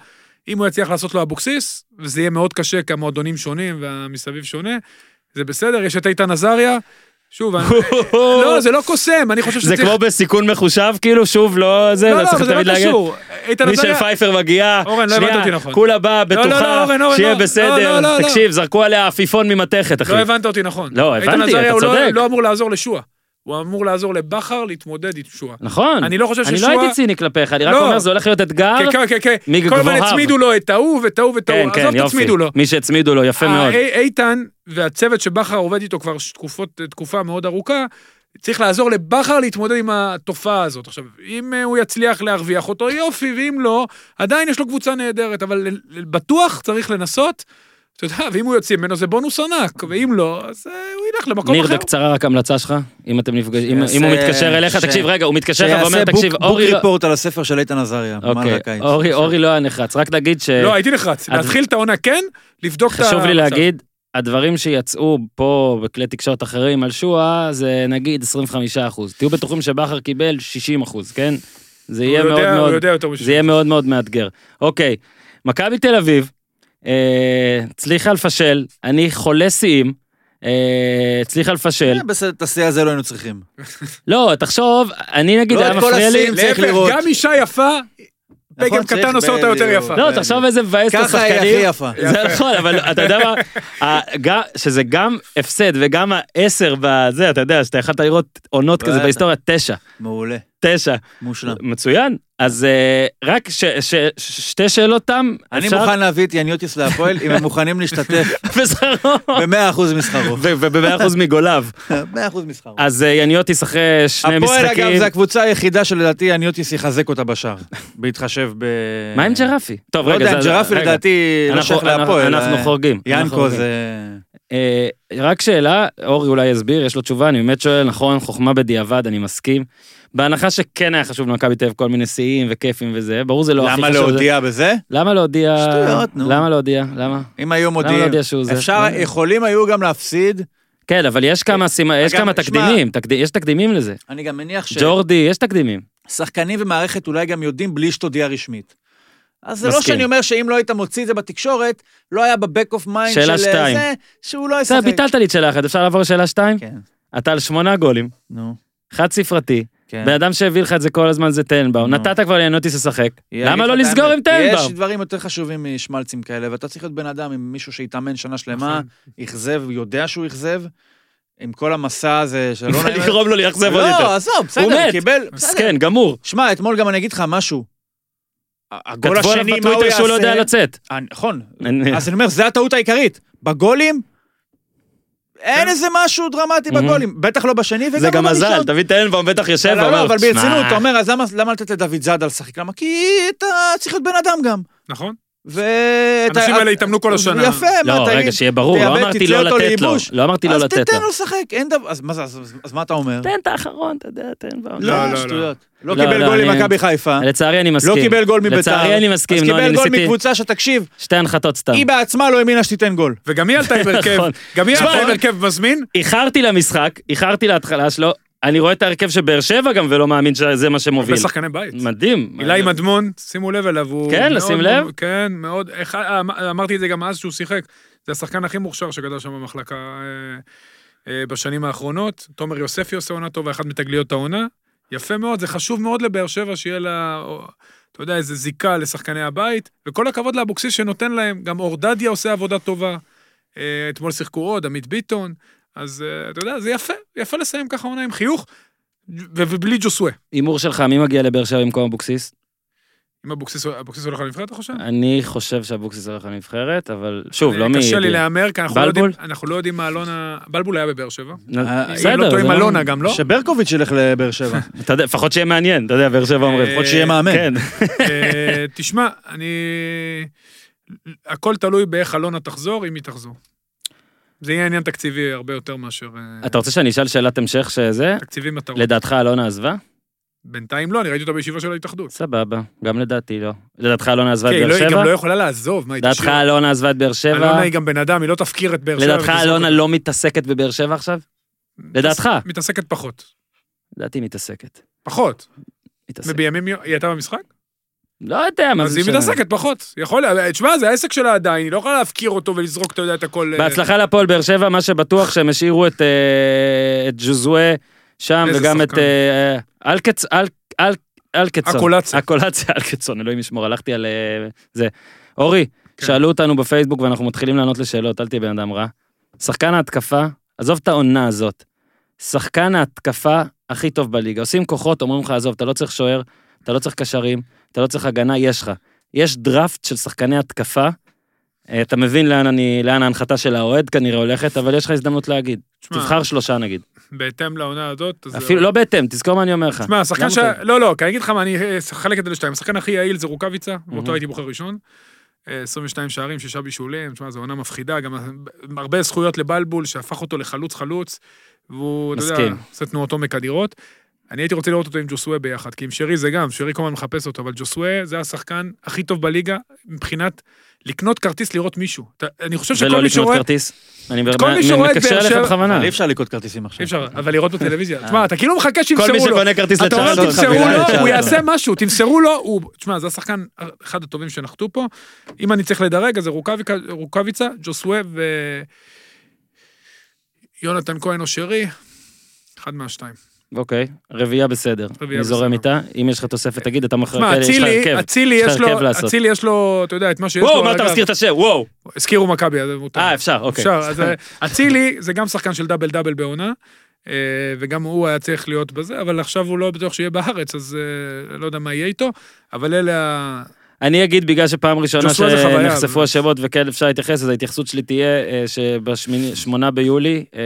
B: אם הוא יצליח לעשות לו אבוקסיס, וזה יהיה מאוד קשה, כי המועדונים שונים והמסביב שונה, זה בסדר, יש את איתן עזריה, שוב, אני... לא, זה לא קוסם, אני חושב
A: זה
B: שצריך...
A: כמו בסיכון מחושב, כאילו, שוב, לא זה,
B: לא,
A: אתה
B: לא,
A: צריך
B: אבל זה
A: תמיד
B: לא
A: להגיד.
B: קשור. איתן
A: מישל
B: עזריה...
A: פייפר מגיעה,
B: אורן, לא הבנת אותי
A: שנייה,
B: נכון.
A: כולה באה
B: לא,
A: בטוחה,
B: אורן, אורן,
A: שיהיה
B: לא. לא,
A: בסדר,
B: לא, לא, לא.
A: תקשיב, זרקו עליה עפיפון ממתכת, אחי.
B: לא הבנת אותי נכון.
A: לא, הבנתי,
B: איתן עזריה
A: אתה
B: הוא לא-
A: צודק.
B: לא אמור לעזור לשועה. הוא אמור לעזור לבכר להתמודד עם שועה.
A: נכון.
B: אני לא חושב
A: אני לא
B: ששועה-
A: הייתי ציני כלפיך, אני רק
B: לא.
A: אומר, זה הולך להיות אתגר.
B: כן, כן, כן, כן. כל
A: מגבוהיו.
B: הזמן הצמידו לו את ההוא ואת ההוא ואת
A: נכון. כן,
B: ההוא.
A: כן,
B: עזוב,
A: יופי.
B: תצמידו לו.
A: מי שהצמידו לו, יפה מאוד.
B: אה, איתן והצוות שבכר עובד איתו כבר ש- תקופות, תקופה מאוד ארוכה, צריך לעזור לבכר להתמודד עם התופעה הזאת. עכשיו, אם אה, הוא יצליח להרוויח אותו, יופי, ואם לא, עדיין יש לו קבוצה נהדרת, אבל ל- ל- בטוח צריך לנסות. אתה יודע, ואם הוא יוצא ממנו זה בונוס ענק, ואם לא, אז אה, הוא ילך למקום
A: ניר,
B: אחר.
A: בקצרה רק המלצה שלך, אם אתם נפגשים,
C: שיעשה-
A: אם הוא
B: אה,
A: מתקשר אליך,
C: ש-
A: תקשיב, רגע, הוא מתקשר לך
C: שיעשה
A: ואומר,
C: בוק-
A: תקשיב,
C: בוק
A: אורי לא...
C: ריפורט על הספר של איתן עזריה. במהלך
A: אוקיי,
C: הקיץ.
A: אורי- אורי לא היה נחרץ, רק נגיד ש...
B: לא, הייתי נחרץ. להתחיל את העונה כן, לבדוק את ה...
A: חשוב לי להגיד, הדברים שיצאו פה בכלי תקשורת אחרים על שואה, זה נגיד 25 אחוז. תהיו בטוחים שבכר קיבל 60 אחוז, כן? זה
B: הוא
A: יהיה
B: יודע-
A: מאוד
B: הוא
A: מאוד...
B: יודע יותר משהו.
A: זה יהיה מאוד מאוד מאתגר. אוקיי, מכבי תל אביב, אה, הצליחה לפשל, אני חולה שיאים, אה, הצליחה לפשל.
C: אה, בסדר, את השיא הזה לא היינו צריכים.
A: לא, תחשוב, אני נגיד,
C: לא
A: היה
C: את כל
A: מפריע לי...
C: השיאים. צריך
B: להפך,
C: לראות.
B: גם אישה יפה, פגם
C: נכון, צריך
B: קטן עושה אותה יותר
C: בדיוק.
B: יפה.
A: לא, תחשוב איזה מבאס את
C: ככה היא
A: השחקנים.
C: הכי יפה.
A: זה נכון, אבל אתה יודע מה, ה- גם- שזה גם הפסד וגם העשר בזה, אתה יודע, שאתה יכולת לראות עונות כזה
C: בטח. לא.
A: בהיסטוריה, תשע,
C: מעולה,
A: תשע,
C: מושלם.
A: מצוין. אז אה, רק ש- ש- ש- שתי שאלות תם,
C: אני
A: אפשר?
C: מוכן להביא את יניוטיס להפועל, אם הם מוכנים להשתתף
A: וזהו.
C: ב-100% משכרו.
A: וב-100% מגוליו.
C: 100% משכרו.
A: אז אה, יניוטיס אחרי שני
C: הפועל אגב
A: משחקים.
C: זה הקבוצה היחידה שלדעתי יניוטיס יחזק אותה בשער, בהתחשב ב...
A: מה עם ג'רפי? טוב,
C: לא
A: רגע,
C: יודע,
A: זה-
C: עם ג'רפי
A: רגע.
C: לדעתי לא
A: אנחנו-
C: שייך
A: אנחנו-
C: להפועל.
A: אנחנו
C: אה,
A: חורגים. אנחנו
C: ינקו
A: חורגים.
C: זה...
A: אה, רק שאלה, אורי אולי יסביר, יש לו תשובה, אני באמת שואל, נכון, חוכמה בדיעבד, אני מסכים. בהנחה שכן היה חשוב למכבי תל אביב כל מיני שיאים וכיפים וזה, ברור זה לא הכי
C: למה
A: חשוב. זה-
C: להודיע בזה?
A: למה להודיע?
C: שטויות, נו.
A: למה להודיע? למה?
C: אם היו
A: למה
C: מודיעים.
A: להודיע שהוא זה?
C: אפשר, יכולים היו גם להפסיד.
A: כן, אבל יש כמה סימ- יש
C: אה, אגב,
A: כמה
C: שמע-
A: תקדימים, תקד- יש תקדימים לזה.
C: אני גם מניח
A: ג'ורדי, יש תקדימים.
C: ששחקנים ומערכת אולי גם יודעים בלי שתודיע רשמית. אז זה לא
A: מסכים.
C: שאני אומר שאם לא היית מוציא את זה בתקשורת, לא היה בבק אוף מיינד של
A: שאלה
C: אה,
A: שתיים.
C: זה, שהוא לא ישחק.
A: בסדר, ביטלת לי את שאלה אחת, אפשר לעבור לשאלה שתיים?
C: כן,
A: אתה על שמונה גולים,
C: נו,
A: חד ספרתי,
C: כן.
A: בן אדם שהביא לך את זה כל הזמן זה טננבאום,
C: נו.
A: נתת כבר לינוטיס לשחק,
C: יהיה
A: למה
C: לי
A: לא
C: את
A: לסגור
C: האמת.
A: עם טננבאום?
C: יש דברים יותר חשובים משמלצים כאלה, ואתה צריך להיות בן אדם עם מישהו שהתאמן שנה שלמה,
A: נכון.
C: אכזב, יודע שהוא אכזב, עם כל המסע הזה שלא לא נעים.
A: לגרום לו לאכזב עוד יותר.
C: לא, עזוב,
A: הוא
C: בסדר,
A: מת.
C: קיבל, בסדר.
A: מסכן, גמור.
C: שמע, אתמול גם אני אגיד לך משהו. הגול
A: כתבו עליו
C: השני, מה הוא
A: בטוויטר שהוא לא יודע
C: יעשה?
A: לצאת.
C: אה, נכון, אז אני אומר, זה הטעות העיקרית. בגולים, אין איזה משהו דרמטי
A: כן. מהמם.
C: בגולים, בטח לא בשני וגם
A: זה
C: לא
A: גם
C: בראשון.
A: מזל, תביא טננבאום בטח יושב
C: לא,
A: ואומר,
C: לא, אבל
A: "שמע,
C: ברצינות, אתה אומר, אז למה- למה לתת לדוד זאדה לשחק? למה? כי אתה צריך להיות בן אדם גם.
B: נכון?
C: ואת אה,
B: האנשים האלה התאמנו כל השנה.
C: יפה, מה
A: לא,
C: תגיד?
A: רגע, שיהיה ברור, לא
C: תאבד,
A: אמרתי
C: תצא
A: לא
C: אותו
A: לתת לו.
C: לייבוש.
A: לא אמרתי לא
C: אז
A: לתת
C: תיתן
A: לו.
C: לו לשחק, אין דבר, אז מה זה- אז- אז- אז מה אתה אומר?
A: תן את האחרון, אתה יודע, טננבאום.
B: לא, לא, לא.
C: שטויות. לא
A: לא,
C: קיבל
A: לא,
C: גול
A: אני-
C: ממכבי חיפה,
A: לצערי אני
C: לא
A: מסכים.
C: קיבל גול מביתר,
A: לצערי אני מסכים,
C: אז
A: נו, אני
C: קיבל גול
A: ניסיתי.
C: מקבוצה שתקשיב,
A: שתי הנחתות סתם.
C: היא בעצמה לא האמינה שתיתן גול.
B: וגם היא עלתה עם הרכב,
A: נכון.
B: גם היא
A: תשמע,
B: עלתה עם
A: אבל-
B: הרכב מזמין,
A: איחרתי למשחק, איחרתי להתחלה שלו, אני רואה את ההרכב של באר שבע גם ולא מאמין שזה מה שמוביל.
B: בשחקני בית.
A: מדהים.
B: אילי מדמון, שימו לב אליו, הוא...
A: כן,
B: מאוד-
A: לשים לב.
B: כן, מאוד, איך- אה, אמרתי את זה גם אז שהוא שיחק, זה השחקן הכי מוכשר שגדל שם במחלקה אה, אה, בשנים האחרונות. תומר יוספי עושה עונה טובה, אחת מתגליות העונה. יפה מאוד, זה חשוב מאוד לבאר שבע שיהיה לה, או, אתה יודע, איזה זיקה לשחקני הבית, וכל הכבוד לאבוקסיס שנותן להם, גם אורדדיה עושה עבודה טובה, אה, אתמול שיחקו עוד, עמית ביטון, אז אה, אתה יודע, זה יפה, יפה לסיים ככה עונה עם חיוך, ו- ובלי ג'וסווה.
A: הימור שלך, מי מגיע לבאר שבע במקום אבוקסיס?
B: אם אבוקסיס אבוקסיס הולך לנבחרת, אתה חושב?
A: אני חושב שאבוקסיס הולך לנבחרת, אבל שוב,
C: אה,
A: לא מי...
B: קשה לי להמר, כי אנחנו לא
A: בלבול?
B: יודעים- אנחנו לא יודעים מה אלונה... בלבול היה בבאר שבע.
A: נ-
C: אה,
B: אם לא
A: בסדר,
B: טועים
A: זה לא-
B: אלונה גם, לא?
C: שברקוביץ' ילך לבאר שבע.
A: אתה יודע, לפחות שיהיה מעניין, אתה יודע, באר שבע אומרים.
B: אה,
C: לפחות שיהיה מאמן.
A: כן.
B: אה, תשמע, אני... הכל תלוי באיך אלונה תחזור, אם היא תחזור. זה יהיה עניין תקציבי הרבה יותר מאשר... אה,
A: אתה רוצה שאני אשאל שאלת המשך שזה?
B: תקציבים אתה רוצה.
A: לדעתך אלונה עזבה?
B: בינתיים לא, אני ראיתי אותה בישיבה של ההתאחדות.
A: סבבה, גם לדעתי לא. לדעתך אלונה עזבה
B: כן,
A: את
B: היא לא-
A: באר
B: היא
A: שבע?
B: גם לא יכולה לעזוב, מה היא
A: לדעתך אלונה עזבה את באר שבע?
B: אלונה היא גם בן אדם, היא לא תפקיר את באר שבע.
A: לדעתך
B: ותזרוק
A: אלונה
B: אותה.
A: לא מתעסקת בבאר שבע עכשיו? לדעתך?
B: מתעסקת פחות.
A: לדעתי מתעסקת.
B: פחות.
A: מתעסקת.
B: ובימים היא הייתה במשחק?
A: לא יודע, מה
B: אז
A: זה
B: היא
A: משנה.
B: מתעסקת פחות. יכול, להיות. תשמע, זה העסק שלה עדיין, היא לא יכולה להפקיר אותו ולזרוק, אתה יודע, את הכל... אה,
A: בהצלחה להפועל באר שבע, מה שבטוח שהם השאירו את אה, את ג'וזווה שם,
B: איזה
A: וגם את
B: שחקן.
A: אה, אלקצ... אל- אל- אלקצון.
B: הקולציה.
A: הקולציה, אלקצון, אלוהים ישמור, הלכתי על אה, זה. אורי,
B: כן.
A: שאלו אותנו בפייסבוק ואנחנו מתחילים לענות לשאלות, אל תהיה בן אדם רע. שחקן ההתקפה, עזוב את העונה הזאת, שחקן ההתקפה הכי טוב בליגה. עושים כוחות, אומרים לך, עזוב, אתה לא צריך שוער, אתה לא צריך קשרים, אתה לא צריך הגנה, יש לך. יש דראפט של שחקני התקפה. אה, אתה מבין לאן, אני, לאן ההנחתה של האוהד כנראה הולכת, אבל יש לך הזדמנות להגיד.
B: אה, תשמע,
A: תבחר שלושה נגיד.
B: בהתאם לעונה הזאת, אז...
A: אפילו לא בהתאם, תזכור מה אני אומר לך.
B: תשמע, השחקן
A: למה
B: ש...
A: אתה-
B: לא, לא, כי אני אגיד לך מה, אני אה, אחלק את זה לשתיים. השחקן הכי יעיל זה רוקאביצה, ואותו הייתי בוחר ראשון. אה, 22 שערים, שישה בישולים, תשמע, זו עונה מפחידה, גם ה- הרבה זכויות לבלבול, שהפך אותו לחלוץ חלוץ, והוא, אתה יודע,
A: מסכים.
B: עושה תנועות עומק אדירות. אני הייתי רוצה לראות אותו עם ג'וסווה ביחד, כי עם שרי זה גם, שרי כל הזמן מחפש אותו, אבל ג'וסווה זה השחקן הכי טוב בליגה מבחינת לקנות כרטיס לראות מישהו. אתה- אני חושב
A: ולא
B: שכל מי
A: לקנות
B: שרואה...
A: כרטיס. אני
B: כל מי שרואה את
A: מקשר
B: באר
A: עליך
B: שבע-
A: בכוונה.
C: אבל אי אפשר לקנות כרטיסים
B: אי
C: עכשיו.
B: אפשר, אבל לראות בטלוויזיה. תשמע, אתה כאילו מחכה
A: אה. כל מי
B: שימסרו לו.
A: שקונה כרטיס
B: אתה אומר,
A: לצ'ארלטון.
B: תמסרו לו,
C: חבילה
B: הוא
C: לצ'ארלטון.
B: יעשה משהו, תמסרו לו, הוא... תשמע, זה השחקן אחד הטובים שנחתו פה. אם אני צריך לדרג, אז זה רוקאביקה- רוקאביצה, ג'וסווה ו... יונתן כהן או שרי, אחד מהשתיים.
A: אוקיי, רביעייה בסדר.
B: רביעייה
A: אני זורם
B: בסדר.
A: איתה, אם יש לך תוספת תגיד, אתה מחר,
B: תשמע,
A: כן, יש לך
B: אצילי,
A: הרכב.
B: אצילי
A: יש לך
B: יש לו,
A: הרכב לעשות.
B: אצילי יש לו, אתה יודע, את מה שיש לו.
A: וואו, מה
B: על
A: אתה
B: הגב.
A: מזכיר את השם, וואו.
B: הזכירו מכבי, אז זה מותר.
A: אה, אפשר, אוקיי.
B: אפשר, אז אה, אצילי זה גם שחקן של דאבל דאבל בעונה, אה, וגם הוא היה צריך להיות בזה, אבל עכשיו הוא לא בטוח שיהיה בארץ, אז אה, לא יודע מה יהיה איתו, אבל אלה ה...
A: אני אגיד בגלל שפעם ראשונה
B: ג'וסווה זה חוויה,
A: שנחשפו
B: אבל-
A: השמות וכן אפשר להתייחס, אז ההתייחסות שלי תהיה אה, שבשמונה ביולי, אה,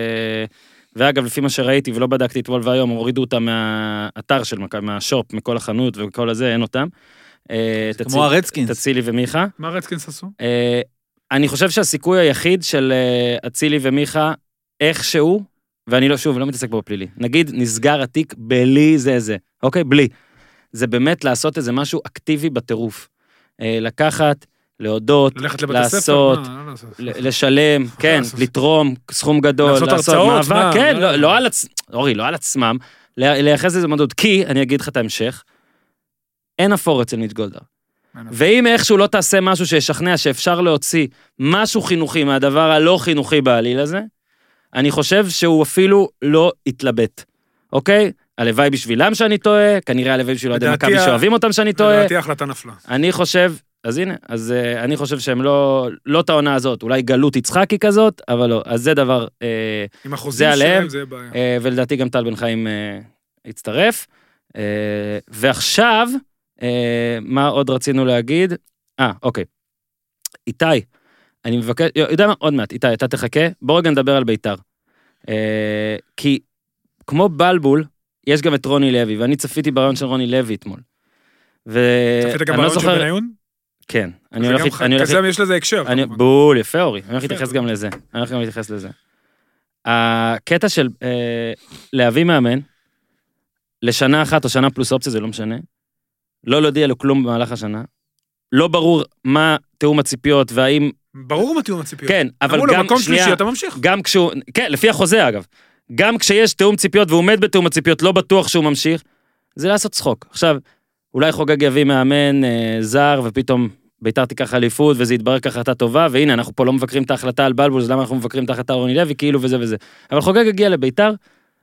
A: ואגב, לפי מה שראיתי ולא בדקתי אתמול והיום, הורידו אותם מהאתר של מכבי, מהשופ, מכל החנות וכל הזה, אין אותם. אה,
C: כמו הרדסקינס.
A: תצילי ומיכה.
B: מה רדקינס עשו?
A: אה, אני חושב שהסיכוי היחיד של אה, אצילי ומיכה, איכשהו, ואני לא, שוב, לא מתעסק בו פלילי, נגיד נסגר התיק בלי זה זה, אוקיי? בלי. זה באמת לעשות איזה משהו אקטיבי בטירוף. אה, לקחת, להודות,
B: ללכת לבתי
A: לעשות,
B: ספר? מה, לא לעשות.
A: ל- לשלם, כן,
B: לעשות-
A: לתרום סכום גדול,
B: לעשות הרצאות, מה,
A: כן,
B: מה?
A: לא- לא על עצמם, אורי, לא על עצמם, ל- לייחס לזה מדוד, כי, אני אגיד לך את ההמשך, אין אפור אצל מיץ' גולדהר.
B: אין אפור.
A: ואם איכשהו לא תעשה משהו שישכנע שאפשר להוציא משהו חינוכי מהדבר הלא חינוכי בעליל הזה, אני חושב שהוא אפילו לא התלבט, אוקיי? הלוואי בשבילם שאני טועה, כנראה הלוואי בשביל אוהדי
B: לדעתי
A: מכבי
B: ה-
A: שאוהבים אותם שאני טועה.
B: לדעתי ההחלטה נפלה.
A: אני חושב, אז הנה, אז uh, אני חושב שהם לא, לא את העונה הזאת, אולי גלות יצחקי כזאת, אבל לא, אז זה דבר, uh,
B: עם החוזים
A: זה עליהם.
B: שלהם זה בעיה.
A: uh, ולדעתי גם טל בן חיים uh, הצטרף. Uh, ועכשיו, uh, מה עוד רצינו להגיד? אה, אוקיי. איתי, אני מבקש, יודע מה, עוד מעט, איתי, אתה תחכה, בוא רגע נדבר על בית"ר. אה, כי כמו בלבול, יש גם את רוני לוי, ואני צפיתי ברעיון של רוני לוי אתמול. ואני
B: צפית
A: לא
B: גם ברעיון של
A: זוכר-
B: בניון?
A: כן, אני
B: זה
A: הולך,
B: גם
A: להת-
B: ח-
A: אני הולך,
B: כזה יש לזה הקשר.
A: אני,
B: כמובן.
A: בול, יפה אורי, אני הולך
B: יפה.
A: להתייחס גם לזה, אני הולך גם להתייחס לזה. הקטע של אה, להביא מאמן, לשנה אחת או שנה פלוס אופציה, זה לא משנה, לא להודיע לו כלום במהלך השנה, לא ברור מה תיאום הציפיות והאם,
B: ברור מה תיאום הציפיות.
A: כן, אבל
B: אמרו לו,
A: גם,
B: מקום שלישי,
A: שנייה,
B: אתה ממשיך.
A: גם כשהוא, כן, לפי החוזה אגב, גם כשיש תיאום ציפיות והוא עומד בתיאום הציפיות, לא בטוח שהוא ממשיך, זה לעשות צחוק. עכשיו, אולי חוגג יביא מאמן אה, זר, ופתאום ביתר תיקח אליפות, וזה יתברר כהחלטה טובה, והנה, אנחנו פה לא מבקרים את ההחלטה על בלבול, אז למה אנחנו מבקרים את ההחלטה על רוני לוי, כאילו וזה וזה. אבל חוגג הגיע לביתר,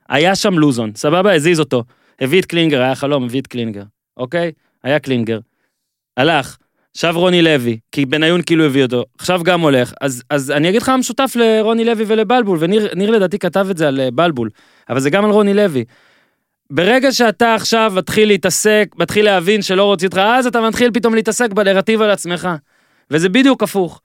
A: היה שם לוזון, סבבה, הזיז אותו. הביא את קלינגר, היה חלום, הביא את קלינגר, אוקיי? היה קלינגר. הלך, עכשיו רוני לוי, כי בניון כאילו הביא אותו, עכשיו גם הולך. אז, אז אני אגיד לך מה משותף לרוני לוי ולבלבול, וניר ניר לדעתי כתב את זה על אה, בלבול, אבל זה גם על רוני לוי. ברגע שאתה עכשיו מתחיל להתעסק, מתחיל להבין שלא רוצים אותך, אז אתה מתחיל פתאום להתעסק בנרטיב על עצמך. וזה בדיוק הפוך.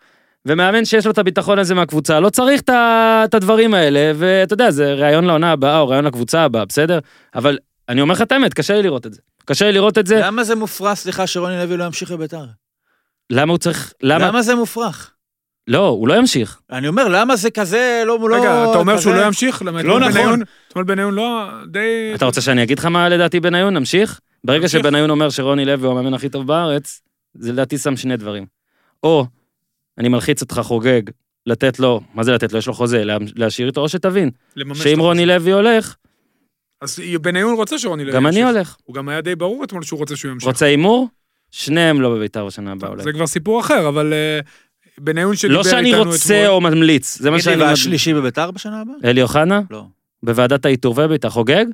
A: ומאמן שיש לו את הביטחון הזה מהקבוצה, לא צריך את ה- את הדברים האלה, ואתה יודע, זה ראיון לעונה הבאה או ראיון לקבוצה הבאה, בסדר? אבל אני אומר לך את האמת, קשה לי לראות את זה. קשה לי לראות את זה,
C: למה זה מופרך, סליחה, שרוני לוי לא ימשיך לביתר?
A: למה הוא צריך, למה,
C: למה זה מופרך?
A: לא, הוא לא ימשיך.
C: אני אומר, למה זה כזה, לא...
B: רגע,
C: לא-
B: אתה אומר שהוא
C: כזה-
B: לא ימשיך? למה
C: לא
B: אתמול
C: נכון.
B: בניון- אתמול בניון לא, די...
A: אתה רוצה שאני אגיד לך מה לדעתי בניון? נמשיך? ברגע
B: נמשיך.
A: שבניון אומר שרוני לוי הוא המאמן הכי טוב בארץ, זה לדעתי שם שני דברים. או, אני מלחיץ אותך חוגג, לתת לו, מה זה לתת לו? יש לו חוזה, לה- להשאיר איתו, או שתבין,
B: לממש את
A: שאם
B: החוזה.
A: רוני לוי הולך,
B: אז בניון רוצה שרוני לוי
A: גם אני
B: לא, ימשיך.
A: הולך.
B: הוא גם היה די ברור אתמול שהוא רוצה שהוא ימשיך.
A: רוצה הימור? שניהם לא בביתר בשנה הבאה אולי.
B: זה כבר סיפור אחר, אבל אה, בניון שדיבר
A: לא
B: איתנו
A: שאני רוצה
B: אתמול-
A: או ממליץ, זה מה
C: תגיד
A: שאני... לא
C: לי,
A: ממליץ.
C: והשלישי בביתר בשנה הבאה?
A: אלי אוחנה,
C: לא.
A: בוועדת האיתור וביתר, חוגג?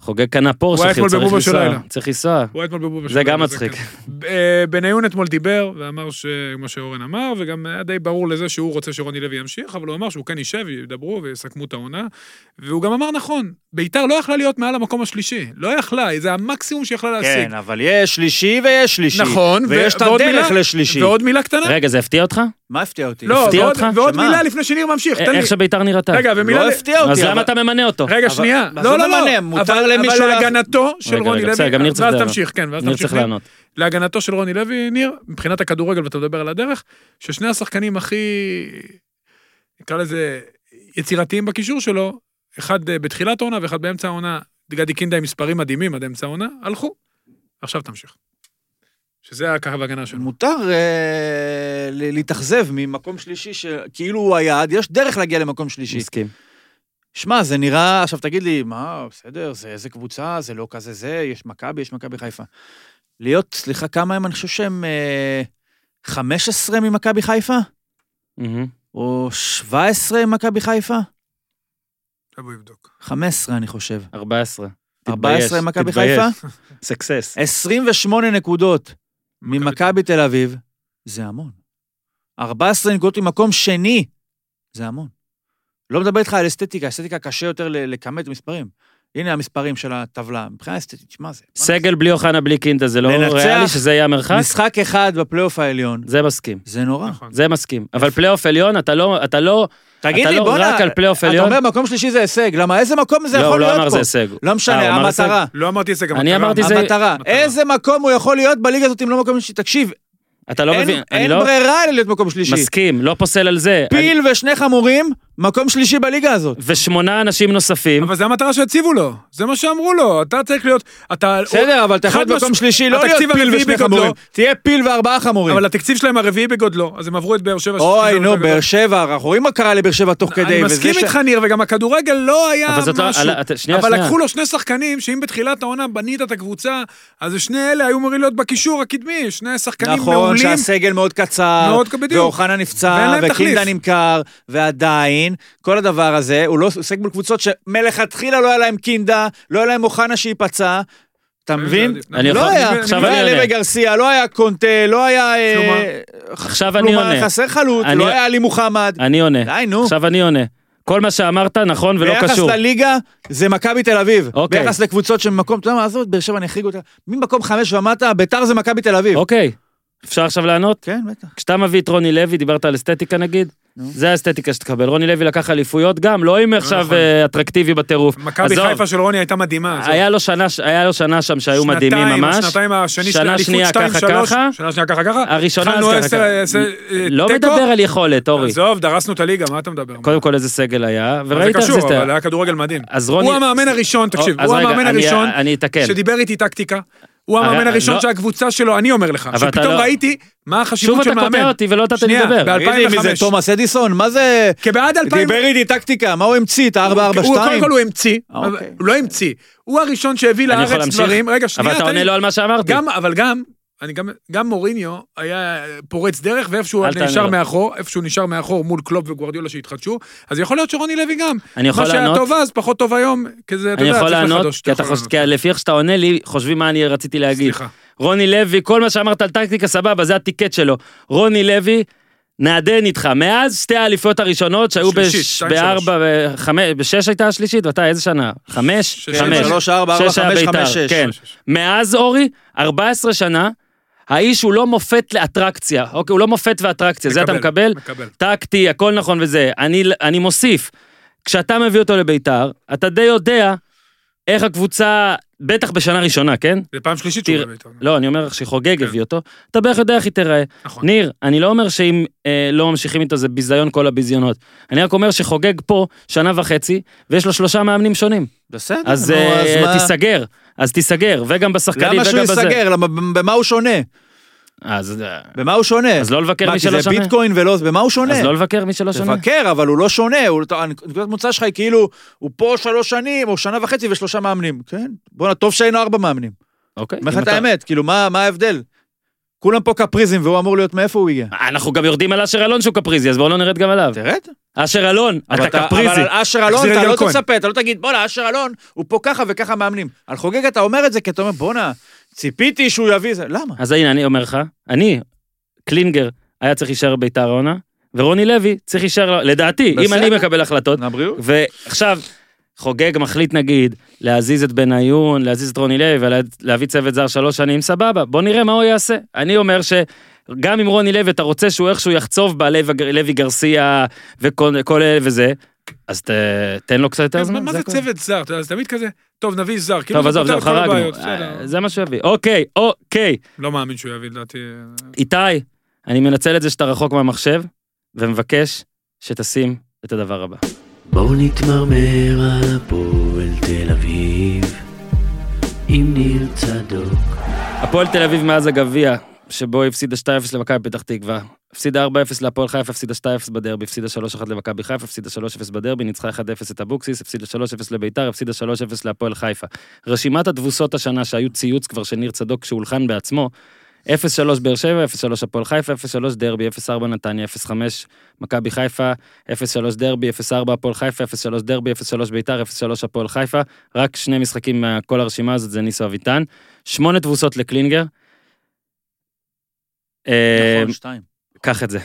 A: חוגג קנה
B: הוא
A: פורש,
B: היה
A: אחי,
B: אתמול
A: צריך
B: בבובה של
A: לנסוע.
B: לילה.
A: צריך לנסוע.
B: הוא היה אתמול בבובה
A: זה
B: שלו,
A: גם מצחיק.
B: כן. אה, בניון אתמול דיבר, ואמר ש... כמו שאורן אמר, וגם היה די ברור לזה שהוא רוצה שרוני לוי ימשיך, אבל הוא אמר שהוא כן יישב, ידברו ויסכמו את העונה. והוא גם אמר נכון, ביתר לא יכלה להיות מעל המקום השלישי. לא יכלה, זה המקסימום שיכלה להשיג.
C: כן, אבל יש שלישי ויש שלישי.
B: נכון, ו-
C: ויש את
B: ועוד
C: הדרך
B: מילה-
C: לשלישי.
B: ועוד מילה קטנה.
A: רגע, זה הפתיע אותך?
C: מה הפתיע אותי?
B: לא,
A: הפתיע
B: ועוד-
A: אותך? אה,
B: ועוד
C: שמה?
B: מילה לפני שניר ממשיך, תן לי.
A: איך שביתר נראתה.
B: רגע, ומילה...
C: לא
B: ל-
C: הפתיע אותי.
A: אז
C: אבל-
A: למה אתה ממנה אותו?
B: רגע,
C: אבל-
B: שנייה.
C: אז
B: לא,
C: לא
B: לא, לא.
C: ממנה, מותר
B: אבל-
C: למישהו
B: אבל
C: לעשות-
B: להגנתו של
A: רגע,
B: רוני
A: רגע,
B: לוי...
A: בסדר, גם ניר צריך
B: ואז
A: לענות.
B: תמשיך, כן, ואז
A: ניר
B: תמשיך.
A: צריך לענות.
B: להגנתו של רוני לוי, ניר, מבחינת הכדורגל, ואתה מדבר על הדרך, ששני השחקנים הכי, נקרא לזה, יצירתיים בקישור שלו, אחד אה, בתחילת העונה ואחד באמצע העונה, גדי קינדה עם מספרים מדהימים עד אמצע העונה, הלכו. עכשיו תמשיך. שזה הקו ההגנה שלו.
C: מותר אה, ל- להתאכזב ממקום שלישי, שכאילו הוא היעד, יש דרך להגיע למקום שלישי.
A: מסכים.
C: שמע, זה נראה, עכשיו תגיד לי, מה, בסדר, זה איזה קבוצה, זה לא כזה זה, יש מכבי, יש מכבי חיפה. להיות, סליחה, כמה הם, אני חושב שהם אה, 15 ממכבי חיפה?
A: מהמם.
C: או 17 ממכבי חיפה?
B: עכשיו הוא יבדוק.
C: 15, אני חושב.
A: 14.
C: 14 ממכבי חיפה?
A: סקסס.
C: 28 נקודות ממכבי תל אביב, זה המון. 14 נקודות ממקום שני, זה המון. לא מדבר איתך על אסתטיקה, אסתטיקה קשה יותר ל- לכמת מספרים. הנה המספרים של הטבלה, מבחינה אסתטית, שמע זה.
A: סגל בלי אוחנה בלי קינדה, זה לא
C: לנצח-
A: ריאלי שזה יהיה המרחק?
C: משחק אחד בפלייאוף העליון,
A: זה מסכים.
C: זה נורא.
B: נכון.
A: זה מסכים. אבל פלייאוף עליון, אתה לא, אתה לא,
C: תגיד
A: אתה
C: לי,
A: לא
C: בוא'נה,
A: רק על פלייאוף
C: אתה
A: עליון.
C: אומר מקום שלישי זה הישג, למה איזה מקום זה
A: לא, הוא
C: יכול
A: לא אמר
C: להיות
A: זה
C: פה?
A: הישג.
C: לא
A: אה,
C: משנה,
A: הוא אמר הישג?
C: המטרה,
B: לא אמרתי את זה גם
A: אני
B: הכוונה.
A: אמרתי זה- לא,
C: המטרה.
B: מטרה.
C: איזה מקום הוא יכול להיות בליגה הזאת אם לא מקום שלישי? תקשיב,
A: אתה לא
C: אין-
A: מבין, אני
C: אין
A: לא
C: ברירה אלא להיות מקום שלישי.
A: מסכים, לא פוסל על זה. אני-
C: פיל ושני חמורים, מקום שלישי בליגה הזאת.
A: ושמונה אנשים נוספים.
B: אבל זה המטרה שהציבו לו, זה מה שאמרו לו, אתה צריך להיות, אתה...
C: בסדר, אבל אתה יכול
B: חד
C: להיות מקום
B: משמע-
C: שלישי, לא להיות
B: התקציב
C: פיל
B: הרביעי
C: ושני
B: בגודלו,
C: חמורים. תהיה פיל וארבעה חמורים.
B: אבל התקציב שלהם הרביעי בגודלו, אז הם עברו את באר שבע. שזה
C: אוי, נו,
B: יותר גדול.
C: באר שבע, אנחנו רואים מה קרה לבאר שבע תוך כדי.
B: אני
C: וזה
B: מסכים
C: ש-
B: איתך, ניר, וגם הכדורגל לא היה
A: אבל זאת לא-
B: משהו.
A: על- את- שנייה,
B: אבל
A: שנייה.
B: לקחו לו שני שחקנים, שאם בתחילת העונה בנית את הקבוצה, אז שני אלה היו אמורים להיות בקישור הקדמי, שני שחקנים
C: נכון,
B: מעולים.
C: שהסגל מאוד קצר,
B: מאוד, בדיוק.
C: ואוחנה
B: ואין
C: נפצע,
B: להם
C: וקינדה
B: תחליף.
C: נמכר, ועדיין, כל הדבר הזה, הוא לא הוא סגל קבוצות שמלכתחילה לא היה להם קינדה, לא היה להם אוחנה שייפצע, אתה מבין?
B: עדיף.
A: אני
C: לא
A: יכול-
C: היה,
A: עכשיו
C: לא
A: אני
C: היה
A: עונה.
C: לוי גרסיה, לא היה קונטה, לא היה... אה,
B: כלומר,
A: עכשיו אני
C: כלומר,
A: עונה.
C: חסר חלוץ,
A: אני-
C: לא היה עלי מוחמד.
A: אני עונה.
C: די, נו.
A: עכשיו אני עונה. כל מה שאמרת נכון ולא
C: ביחס
A: קשור.
C: לליגה, זה מכבי תל אביב.
A: אוקיי.
C: ביחס לקבוצות שממקום, אתה יודע מה, עזוב את באר שבע, אני אחריג אותה. ממקום חמש ומטה, ביתר זה מכבי תל אביב.
A: אוקיי, אפשר עכשיו לענות?
C: כן, בטח.
A: כשאתה מביא את רוני לוי, דיברת על אסתטיקה נגיד?
C: נו.
A: זה האסתטיקה שתקבל. רוני לוי לקח אליפויות גם, לא עם עכשיו
B: נכון.
A: אה, אטרקטיבי בטירוף.
B: מכבי
A: עזוב,
B: חיפה של רוני הייתה מדהימה. עזוב.
A: היה לו שנה ש- היה לו שנה שם שהיו
B: שנתיים,
A: מדהימים ממש.
B: השנתיים השני של
A: שנה
B: האליפות
A: שנייה,
B: 2-3.
A: ככה, ככה.
B: שנה שנייה ככה ככה.
A: הראשונה אז
B: התחלנו
A: ככה,
B: עשר,
A: ככה.
B: עשר, אה,
A: לא
B: תיקו.
A: מדבר על יכולת, אורי.
B: עזוב, דרסנו את הליגה, מה אתה מדבר?
A: קודם כל איזה סגל היה,
B: זה
A: וראית איך
B: קשור,
A: זה הסתיים.
B: אבל היה כדורגל מדהים.
A: אז רוני...
B: הוא המאמן הראשון, תקשיב,
A: אז
B: הוא
A: רגע,
B: המאמן
A: אני-
B: הראשון.
A: אני אתקן.
B: שדיבר איתי טקטיקה. הוא
A: הרי-
B: המאמן
A: לא-
B: הראשון שהקבוצה שלו, אני אומר לך,
A: אבל אתה
B: שפתאום
A: לא-
B: ראיתי מה
A: שוב
B: החשיבות של
A: אתה
B: מאמן.
A: קוטע אותי ולא נתת לי
B: שנייה,
A: לדבר.
B: ב-
C: תגיד לי, מי זה
B: 2005.
C: תומאס אדיסון? מה זה...
B: כי בעד 2000...
C: דיבר איתי טקטיקה, מה כן, הוא המציא? את ה-442?
B: הוא קודם כל הוא המציא,
C: אה, אוקיי.
B: אבל הוא לא המציא. הוא הראשון שהביא
A: אני יכול
B: לארץ
A: להמשיך?
B: דברים. רגע, שנייה,
A: אבל אתה
B: תן
A: עונה
B: לי.
A: לו על מה שאמרתי.
B: גם, אבל גם, אני גם, גם מוריניו היה פורץ דרך, ואיפשהו
A: אל תענה
B: נשאר
A: לו.
B: מאחור, איפשהו נשאר מאחור מול קלופ וגוורדיולה שהתחדשו, אז יכול להיות שרוני לוי גם.
A: אני יכול
B: מה שהיה
A: לענות?
B: טוב אז, פחות טוב היום, כי זה, אתה
A: אני
B: יודע,
A: יכול
B: צריך
A: לענות,
B: לחדש, אתה
A: כי אתה
B: יכול
A: חושב,
B: לענות.
A: כי לפי איך שאתה עונה לי, חושבים מה אני רציתי להגיד.
B: סליחה.
A: רוני לוי, כל מה שאמרת על טקטיקה סבבה, זה הטיקט שלו. רוני לוי, נעדן איתך. מאז שתי האליפויות הראשונות שהיו
B: שלישית,
A: בש-
B: שתיים,
A: בארבע, בחמש, בשש הייתה השלישית, ואתה איזה שנה? חמש?
B: שש,
A: חמש.
B: שבע,
C: שלוש, ארבע, ארבע,
A: שש היה
C: חמש,
A: בית"ר,
C: חמש, שש.
A: כן. מאז אורי, 14 שנה, האיש הוא לא מופת לאטרקציה. אוקיי, הוא לא מופת ואטרקציה, זה אתה מקבל?
B: מקבל.
A: טקטי, הכל נכון וזה. אני, אני מוסיף, כשאתה מביא אותו לביתר, אתה די יודע איך הקבוצה, בטח בשנה ראשונה, כן?
B: זה פעם שלישית שהוא
A: תראה-
B: בא בעיתון.
A: לא, אני אומר לך שחוגג
B: כן.
A: הביא אותו, אתה בערך יודע איך היא תיראה.
B: נכון.
A: ניר, אני לא אומר שאם אה, לא ממשיכים איתו זה ביזיון כל הביזיונות. אני רק אומר שחוגג פה שנה וחצי, ויש לו שלושה מאמנים שונים.
C: בסדר,
A: אז
C: נו,
A: אה,
C: אז מה?
A: תיסגר, אז תיסגר, וגם בשחקנים
C: למה שהוא
A: וגם בזה.
C: ייסגר? למה- במה הוא שונה?
A: אז אה,
C: במה הוא שונה?
A: אז לא לבקר
C: מה,
A: מי
C: כי
A: שלא
C: זה
A: שונה?
C: ביטקוין ולא... במה הוא שונה?
A: אז לא לבקר מי שלא שונה.
C: תבקר, אבל הוא לא שונה, הוא- אתה- נקודת מוצא שלך היא כאילו, הוא פה שלוש שנים, או שנה וחצי ושלושה מאמנים. כן, בואנה, טוב שאין לו ארבע מאמנים.
A: אוקיי.
C: אומר
A: אם
C: לך את
A: אתה-
C: האמת, כאילו, מה מה ההבדל? כולם פה קפריזם, והוא אמור להיות מאיפה הוא הגיע.
A: אנחנו גם יורדים על אשר אלון שהוא קפריזי, אז בואו לא נרד גם עליו.
C: תרד.
A: אשר אלון,
C: כן. אבל
A: אתה קפריזי.
C: אבל על אשר אלון,
B: תחזיר את
C: אתה לא
B: ירקון.
C: תצפה, אתה לא תגיד, בואנה, אשר אלון, הוא פה ככה וככה מאמנים. על חוגג אתה אומר את זה, כי אתה אומר, בואנה, ציפיתי שהוא יביא זה. למה?
A: אז הנה, אני אומר לך, אני, קלינגר, היה צריך להישאר ביתר העונה, ורוני לוי צריך להישאר, לדעתי, אם
C: בסדר.
A: אני מקבל החלטות.
C: לבריאות.
A: ועכשיו, חוגג מחליט נגיד להזיז את בניון, להזיז את רוני לוי ולהביא צוות זר שלוש שנים, סבבה, בוא נראה מה הוא יעשה. אני אומר ש... גם עם רוני לוי אתה רוצה שהוא איכשהו יחצוב בלוי גרסיה וכל אלה וזה, אז ת, תן לו קצת יותר
B: מה
A: זמן.
B: מה זה
A: הכל.
B: צוות זר? אתה יודע, זה תמיד כזה, טוב, נביא זר. כאילו
A: טוב, עזוב,
B: פותר
A: זהו,
B: את כל
A: חרגנו.
B: הבעיות, בסדר.
A: אה, זה מה שהוא יביא. אוקיי, אוקיי.
B: לא מאמין שהוא יביא, לדעתי.
A: איתי, אני מנצל את זה שאתה רחוק מהמחשב, ומבקש שתשים את הדבר הבא.
E: בואו נתמרמר על הפועל תל אביב עם ניר צדוק
A: הפועל תל אביב מאז הגביע, שבו היא הפסידה 2-0 למכבי פתח תקווה. הפסידה 4-0 להפועל חיפה, הפסידה 2-0 בדרבי, הפסידה 3-1 למכבי חיפה, הפסידה 3-0 בדרבי, ניצחה 1-0 את אבוקסיס, הפסידה 3-0 לביתר, הפסידה 3-0 להפועל חיפה. רשימת התבוסות השנה שהיו ציוץ כבר של ניר צדוק שהולחן בעצמו, 0-3 באר שבע, 0-3 הפועל חיפה, 0-3 דרבי, 0-4 נתניה, 0-5 מכבי חיפה, 0-3 דרבי, 0-4 הפועל חיפה, 0-3 דרבי, 0-3 ביתר, 0-3 הפועל חיפה. רק שני משחקים מכל הרשימה הזאת זה ניסו אביטן. שמונה תבוסות לקלינגר. אה,
C: נכון, שתיים.
A: קח את זה.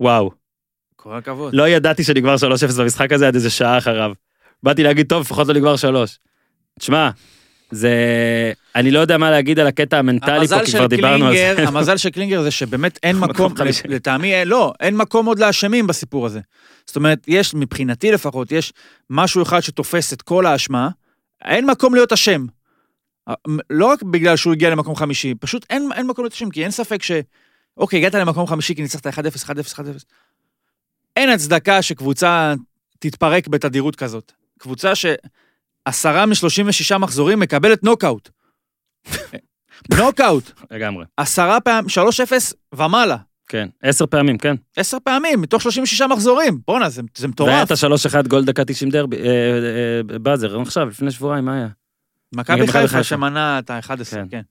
A: וואו.
C: כל הכבוד.
A: לא ידעתי שנגמר 3-0 במשחק הזה עד איזה שעה אחריו. באתי להגיד, טוב, לפחות לא נגמר 3. תשמע, זה... אני לא יודע מה להגיד על הקטע המנטלי פה,
C: המזל
A: כי
C: של
A: כבר דיברנו על זה.
C: קלינגר- המזל של קלינגר זה שבאמת אין מקום,
A: חמישי.
C: לטעמי, אין- לא, אין מקום עוד לאשמים בסיפור הזה. זאת אומרת, יש, מבחינתי לפחות, יש משהו אחד שתופס את כל האשמה, אין מקום להיות אשם. לא רק בגלל שהוא הגיע למקום חמישי, פשוט אין, אין מקום להיות אשם, כי אין ספק ש... אוקיי, הגעת למקום חמישי כי ניצחת 1-0, 1-0, 1-0. אין הצדקה שקבוצה תתפרק בתדירות כזאת. קבוצה שעשרה מ-36 מחזורים מקבלת נוקאוט. נוקאוט.
A: לגמרי.
C: עשרה פעמים, 3-0 ומעלה.
A: כן. עשר פעמים, כן.
C: עשר פעמים, מתוך 36 מחזורים. בואנה, זה, זה
A: והיה
C: מטורף.
A: את ה-3-1 גול דקה 90 דרבי, אה, אה, אה, באזר, עכשיו, לפני שבועיים, מה היה? נגד
C: מכבי
A: מכבי חיפה.
C: חיפה שמנה את ה-11,
A: כן.
C: כן. כן.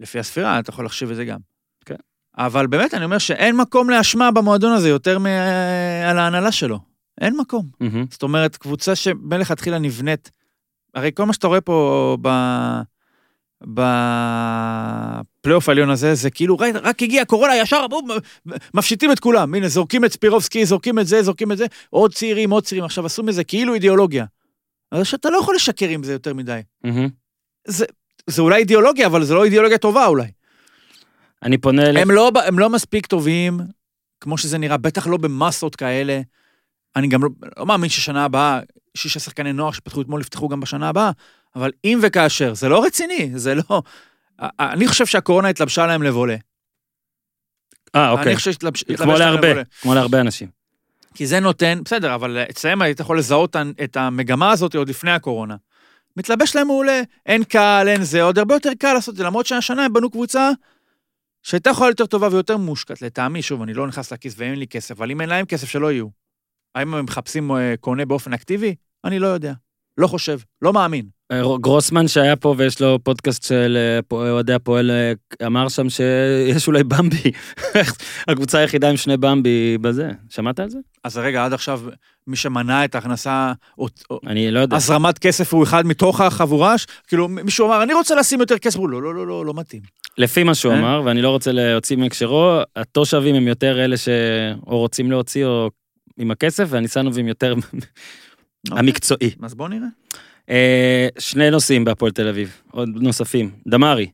C: לפי הספירה, אתה יכול לחשיב את זה גם.
A: כן.
C: אבל באמת, אני אומר שאין מקום לאשמה במועדון הזה יותר מעל ההנהלה שלו. אין מקום.
A: מהמם.
C: זאת אומרת, קבוצה שמלכתחילה נבנית, הרי כל מה שאתה רואה פה ב... בפלייאוף העליון הזה, זה כאילו, רק, רק הגיע הקורונה, ישר בום, מפשיטים את כולם. הנה, זורקים את ספירובסקי, זורקים את זה, זורקים את זה, עוד צעירים, עוד צעירים. עכשיו, עשו מזה כאילו אידיאולוגיה. אז שאתה לא יכול לשקר עם זה יותר מדי.
A: מהמם.
C: זה אולי אידיאולוגיה, אבל זה לא אידיאולוגיה טובה אולי.
A: אני פונה אל...
C: הם לא, ב- הם לא מספיק טובים, כמו שזה נראה, בטח לא במסות כאלה. אני גם לא, לא מאמין ששנה הבאה, שישה שחקני נוער שפתחו אתמול יפתחו גם בשנה הבאה, אבל אם וכאשר, זה לא רציני, זה לא... א- א- אני חושב שהקורונה התלבשה להם לבולה.
A: אה, אוקיי.
C: אני חושב שהתלבש-
A: כמו
C: התלבש להם
A: להרבה,
C: לבולה.
A: כמו להרבה אנשים.
C: כי זה נותן, בסדר, אבל אצלם היית יכול לזהות את- את המגמה הזאת עוד לפני הקורונה. מתלבש להם מעולה, אין קהל, אין זה, עוד הרבה יותר קל לעשות את זה, למרות שהשנה הם בנו קבוצה שהייתה יכולה להיות יותר טובה ויותר מושקעת, לטעמי, שוב, אני לא נכנס לכיס ואין לי כסף, אבל אם אין להם כסף, שלא יהיו. האם הם מחפשים אה, קונה באופן אקטיבי? אני לא יודע. לא חושב, לא מאמין.
A: אה, רו- גרוסמן שהיה פה ויש לו פודקאסט של אה, פו- אוהדי הפועל אה, אמר שם שיש אולי במבי. הקבוצה היחידה עם שני במבי בזה. שמעת על זה?
C: אז רגע, עד עכשיו, מי שמנע את ההכנסה, או- או-
A: אני לא יודע.
C: הזרמת כסף הוא אחד מתוך החבורה? ש- כאילו, מ- מישהו אמר, אני רוצה לשים יותר כסף, אמרו, לא, לא, לא, לא, לא מתאים.
A: לפי מה שהוא
C: אה?
A: אמר, ואני לא רוצה להוציא מהקשרו, התושבים הם יותר אלה שאו רוצים להוציא או עם הכסף, והניסנובים יותר
C: אוקיי.
A: המקצועי.
C: אז בואו נראה.
A: אה, שני נושאים בהפועל תל אביב, עוד נוספים. דמרי,